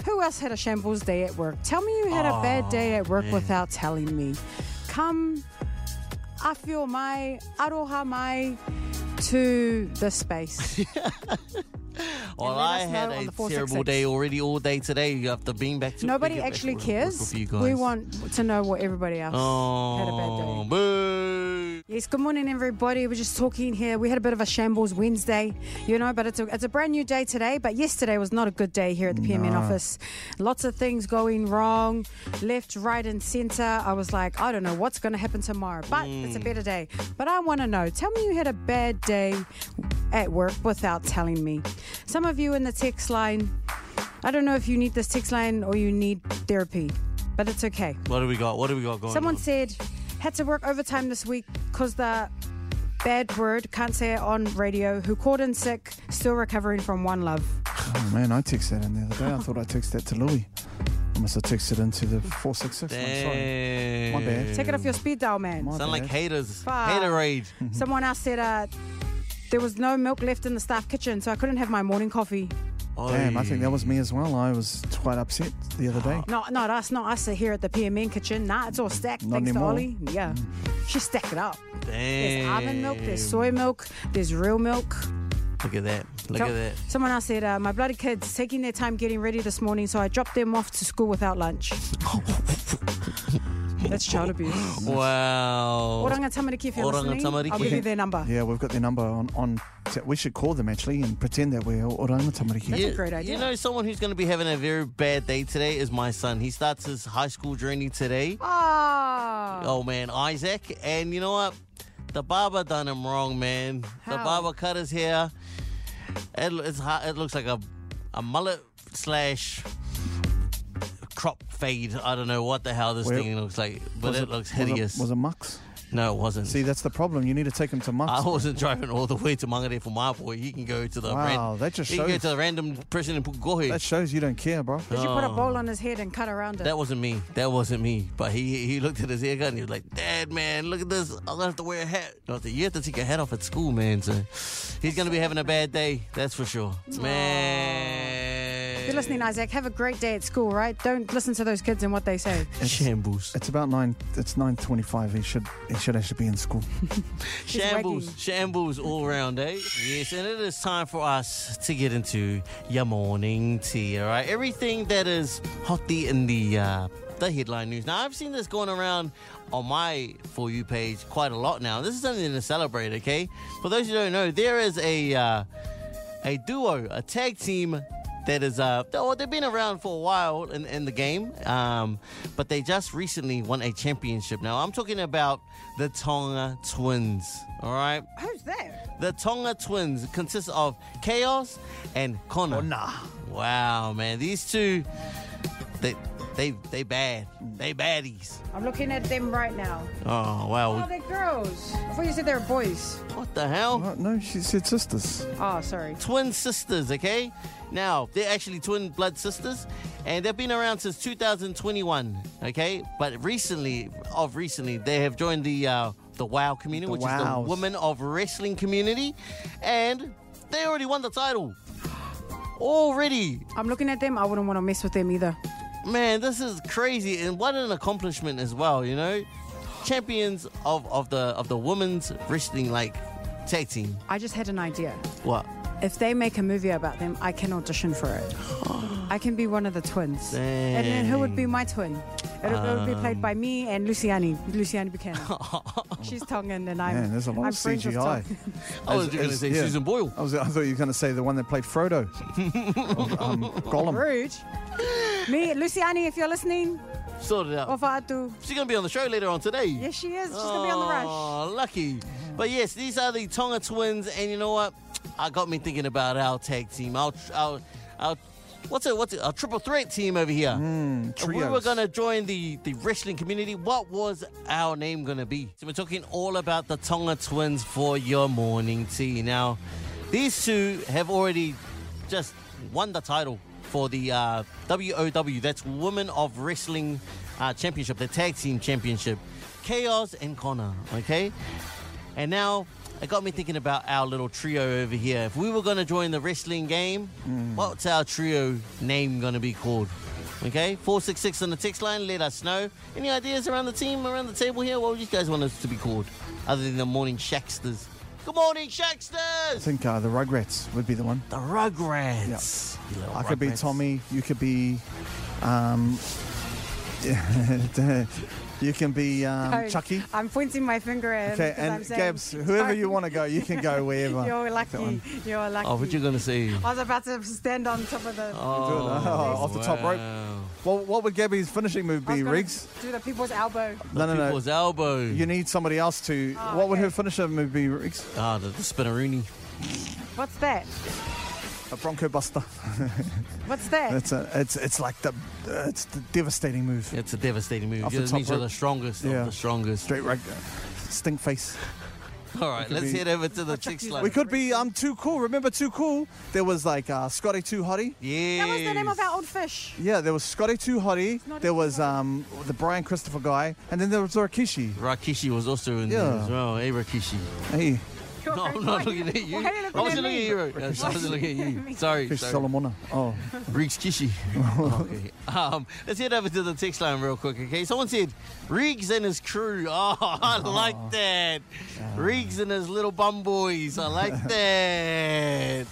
S3: Who else had a shambles day at work? Tell me you had a bad day at work without telling me. Come, I feel my, aroha my to the space.
S4: Well,
S3: let
S4: Oh, I
S3: us know
S4: had
S3: on
S4: a
S3: the 466.
S4: terrible day already, all day today. After being back to
S3: Nobody
S4: being back
S3: actually
S4: to work
S3: cares.
S4: for you guys.
S3: We want to know what everybody else
S4: Oh,
S3: had a bad day.
S4: boo.
S3: Yes, good morning, everybody. We're just talking here. We had a bit of a shambles Wednesday, you know, but it's a, it's a brand new day today. But yesterday was not a good day here at the PMN office. Lots of things going wrong, left, right, and centre. I was like, I don't know what's going to happen tomorrow, but it's a
S4: Hmm.
S3: better day. But I want to know tell me you had a bad day at work without telling me. Some of you in the text line, I don't know if you need this text line or you need therapy, but it's okay.
S4: What do we got? What do we got going
S3: Someone
S4: on?
S3: said had to work overtime this week because the bad word can't say it on radio. Who called in sick, still recovering from one love.
S2: oh man, I texted that in the other day. I thought I texted that to Louis. I must have texted into the four six six. Sorry,
S4: Damn.
S2: My bad.
S3: Take it off your speed dial, man.
S2: My
S4: Sound like
S2: bad.
S4: haters.
S3: Fuck.
S4: Haterade.
S3: Someone else said uh, there was no milk left in the staff kitchen, so I couldn't have my morning coffee.
S4: Oh,
S2: Damn, I think that was me as well. I was quite upset the other day.
S3: Not, not us, not us here at the PMN kitchen. Nah, it's all stacked.
S2: Not
S3: thanks
S2: anymore. Mm.
S3: to Ollie. Yeah, she stacked it up. There's
S4: Damn.
S3: almond milk, there's soy milk, there's real milk.
S4: Look at that. Look
S3: So-
S4: at that.
S3: Someone else said, uh, My bloody kids taking their time getting ready this morning, so I dropped them off to school without
S4: *laughs*
S3: lunch. That's child abuse.
S4: Wow.
S3: Oranga tamariki, if you're
S4: Oranga
S3: listening,
S4: tamariki.
S3: I'll give you their number.
S2: Yeah, we've got their number on. on t- we should call them actually and pretend that we're Oranga Tamariki.
S3: That's a great idea.
S4: You know, someone who's going to be having a very bad day today is my son. He starts his high school journey today.
S3: Ah,
S4: Oh, man, Isaac. And you know what? The barber done him wrong, man. The
S3: How?
S4: barber cut his hair. It, lo- it's, hi- it looks like a, a mullet slash crop fade. I don't know what the hell this
S2: Where-
S4: thing looks like, but
S2: Was
S4: it,
S2: was
S4: looks hideous.
S2: Was it Mux?
S4: no, it wasn't.
S2: See, that's the problem. You need to take him to Mux.
S4: I wasn't driving all the way to Mangere for my boy. He can go to the
S2: Wow,
S4: ran-
S2: that just
S4: he can go
S2: shows-
S4: to the random person in Pukekohe.
S2: that shows you don't care, bro.
S3: Did you put a bowl on his head and cut around it?
S4: Oh. That wasn't me. That wasn't me. But he he looked at his haircut and he was like, Dad, man, look at this. I'm going to have to wear a hat. I was like, You have to take your hat off at school, man. So he's going to be having a bad day. That's for sure. Man.
S3: If you're listening, Isaac, have a great day at school, right? Don't listen to those kids and what they
S4: *laughs*
S3: say.
S4: Shambles.
S2: It's about nine. It's nine twenty-five. He should. He should actually be in school.
S4: Shambles.
S3: wagging.
S4: Shambles all round, eh? Yes, and it is time for us to get into your morning tea, all right? Everything that is hotly in the uh, the headline news. Now, I've seen this going around on my For You page quite a lot now. This is something to celebrate, okay? For those who don't know, there is a uh, a duo, a tag team that is uh they- well, they've been around for a while in, in the game um but they just recently won a championship now i'm talking about the tonga twins all right
S3: Who's that?
S4: the tonga twins consists of chaos and connor wow man these two they they they bad they baddies
S3: I'm looking at them right now.
S4: oh
S3: Oh,
S4: wow
S3: they're girls. I thought you said they were boys.
S4: what the hell
S2: What? No, she said sisters.
S3: Oh, sorry.
S4: twin sisters, okay? Now, they're actually twin blood sisters, and they've been around since 2021, okay? But recently, of recently, they have joined the uh, the WOW community,
S2: The
S4: which
S2: WOWs.
S4: is the Women of Wrestling community, and they already won the title. Already,
S3: I'm looking at them. I wouldn't want to mess with them either.
S4: man, this is crazy, and what an accomplishment as well, you know? Champions of, of the of the women's wrestling like tag team.
S3: I just had an idea.
S4: What?
S3: If they make a movie about them, I can audition for it. *gasps* I can be one of the twins. And then who would be my twin? It would, it would be played by
S4: Um.
S3: me and Luciani, Luciani Buchanan.
S4: *laughs*
S3: She's Tongan and I'm.
S2: Man, there's a lot
S3: I'm
S2: of
S3: friends with
S2: CGI.
S3: Tongan.
S4: I was
S2: As-
S4: going to
S2: as-
S4: say
S2: yeah.
S4: Susan Boyle.
S2: I, was, I thought you were going to say the one that played Frodo. Of, um, Gollum.
S3: Rude. me, Luciani, if you're listening,
S4: Sort it out.
S3: Ofa Atu.
S4: She's gonna be on the show later on today.
S3: Yes, she is. She's gonna be on the rush.
S4: Oh, lucky. But yes, these are the Tonga twins, and you know what? I got me thinking about our tag team. Our, our, our what's it? What's it? Our triple threat team over here.
S3: Hmm.
S4: If we were
S2: trios.
S4: gonna join the the wrestling community. What was our name gonna be? So we're talking all about the Tonga twins for your morning tea. Now, these two have already just won the title for the uh, WOW. That's Women of Wrestling uh, Championship, the tag team championship. Chaos and Connor. Okay. And now it got me thinking about our little trio over here. If we were going to join the wrestling game,
S2: Hmm.
S4: what's our trio name going to be called? Okay, 466 on the text line, let us know. Any ideas around the team, around the table here? What would you guys want us to be called other than the Morning Shacksters? Good morning,
S2: I
S4: Shacksters!
S2: think uh, the Rugrats would be the one.
S4: The Rugrats. You little
S2: I could be
S4: Rugrats.
S2: Tommy. You could be. Um, *laughs* you can be um,
S3: Don't.
S2: Chucky.
S3: I'm pointing my finger at
S2: Okay,
S3: him. Oh, because I'm
S2: and
S3: saying,
S2: Gabs, whoever you
S3: "Don't."
S2: want to go, you can go wherever.
S3: *laughs* You're
S2: That one.
S3: lucky. You're lucky.
S4: Oh, what you going to say?
S3: I was about to stand on top of the.
S4: Oh,
S2: Good, uh, off the top rope.
S4: wow.
S2: Well, what would Gabby's finishing move
S3: I was
S2: be,
S3: gonna
S2: Riggs?
S3: Do the people's elbow.
S2: No, no, no.
S4: People's elbow.
S2: You need somebody else to. what would
S3: Ah, okay.
S2: her finisher move be, Riggs?
S4: Ah, the, the spinneroonie.
S3: What's that?
S2: A Bronco Buster.
S3: What's that?
S2: It's a, it's it's like the uh, it's the devastating move.
S4: It's a devastating move.
S2: Off the
S4: These
S2: top
S4: are the
S2: rope.
S4: strongest
S2: Yeah.
S4: of the strongest.
S2: Straight rug, stink face.
S4: All right, let's
S2: be-
S4: head over to the text line.
S2: We could be um too cool. Remember too cool? There was like uh, Scotty too hottie.
S4: Yeah.
S3: That was the name of our old fish.
S2: Yeah, there was Scotty too hottie.
S3: not
S2: There
S3: even
S2: was um the Brian Christopher guy, and then there was Rakishi.
S4: Rakishi was also in there
S2: Yeah.
S4: as well. Hey, Rakishi.
S2: Hey,
S4: No, I'm
S3: Why
S4: not
S3: you-
S4: looking at you.
S3: why are you looking
S4: I wasn't
S3: at
S4: looking at
S3: me?
S4: you. Ro- I wasn't looking at you. Sorry.
S2: Fish
S4: sorry.
S2: Solomona. Oh,
S4: Riggs
S2: *laughs*
S4: Kishi. okay. Um, let's head over to the text line real quick, okay? Someone said Riggs and his crew. *laughs* Oh, I like that. Riggs and his little bum boys. I
S2: *laughs*
S4: like that.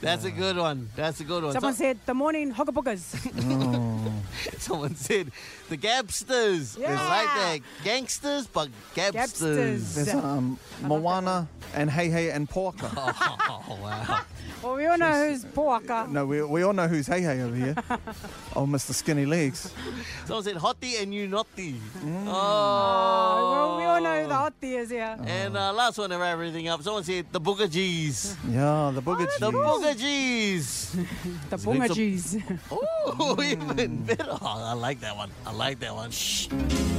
S4: That's a good one. That's a good one.
S3: Someone
S4: So-
S3: said, the morning hookabuggers.
S4: *laughs* Someone said the Gabsters.
S3: Yeah.
S4: I like that. Gangsters, but *laughs* Gabsters.
S3: Gabsters.
S2: *laughs* there's um Moana and Hey Hey and Porker.
S4: Oh, wow.
S3: Well, we all know who's Poaka.
S2: No, we, we all know who's Hey Hey over
S3: *laughs*
S2: here. oh, Mr. Skinny Legs.
S4: Someone said hottie and you notty.
S3: Oh,
S4: Oh.
S3: we all know who the hottie is here.
S4: And uh, last one to wrap everything up. Someone said the Booger G's.
S2: Yeah,
S3: Oh,
S2: the booger
S4: The
S2: cheese.
S4: Booger G's.
S3: The bunga
S4: It's a- *laughs*
S3: G's.
S4: Oh, even better. I like that one. I like that one.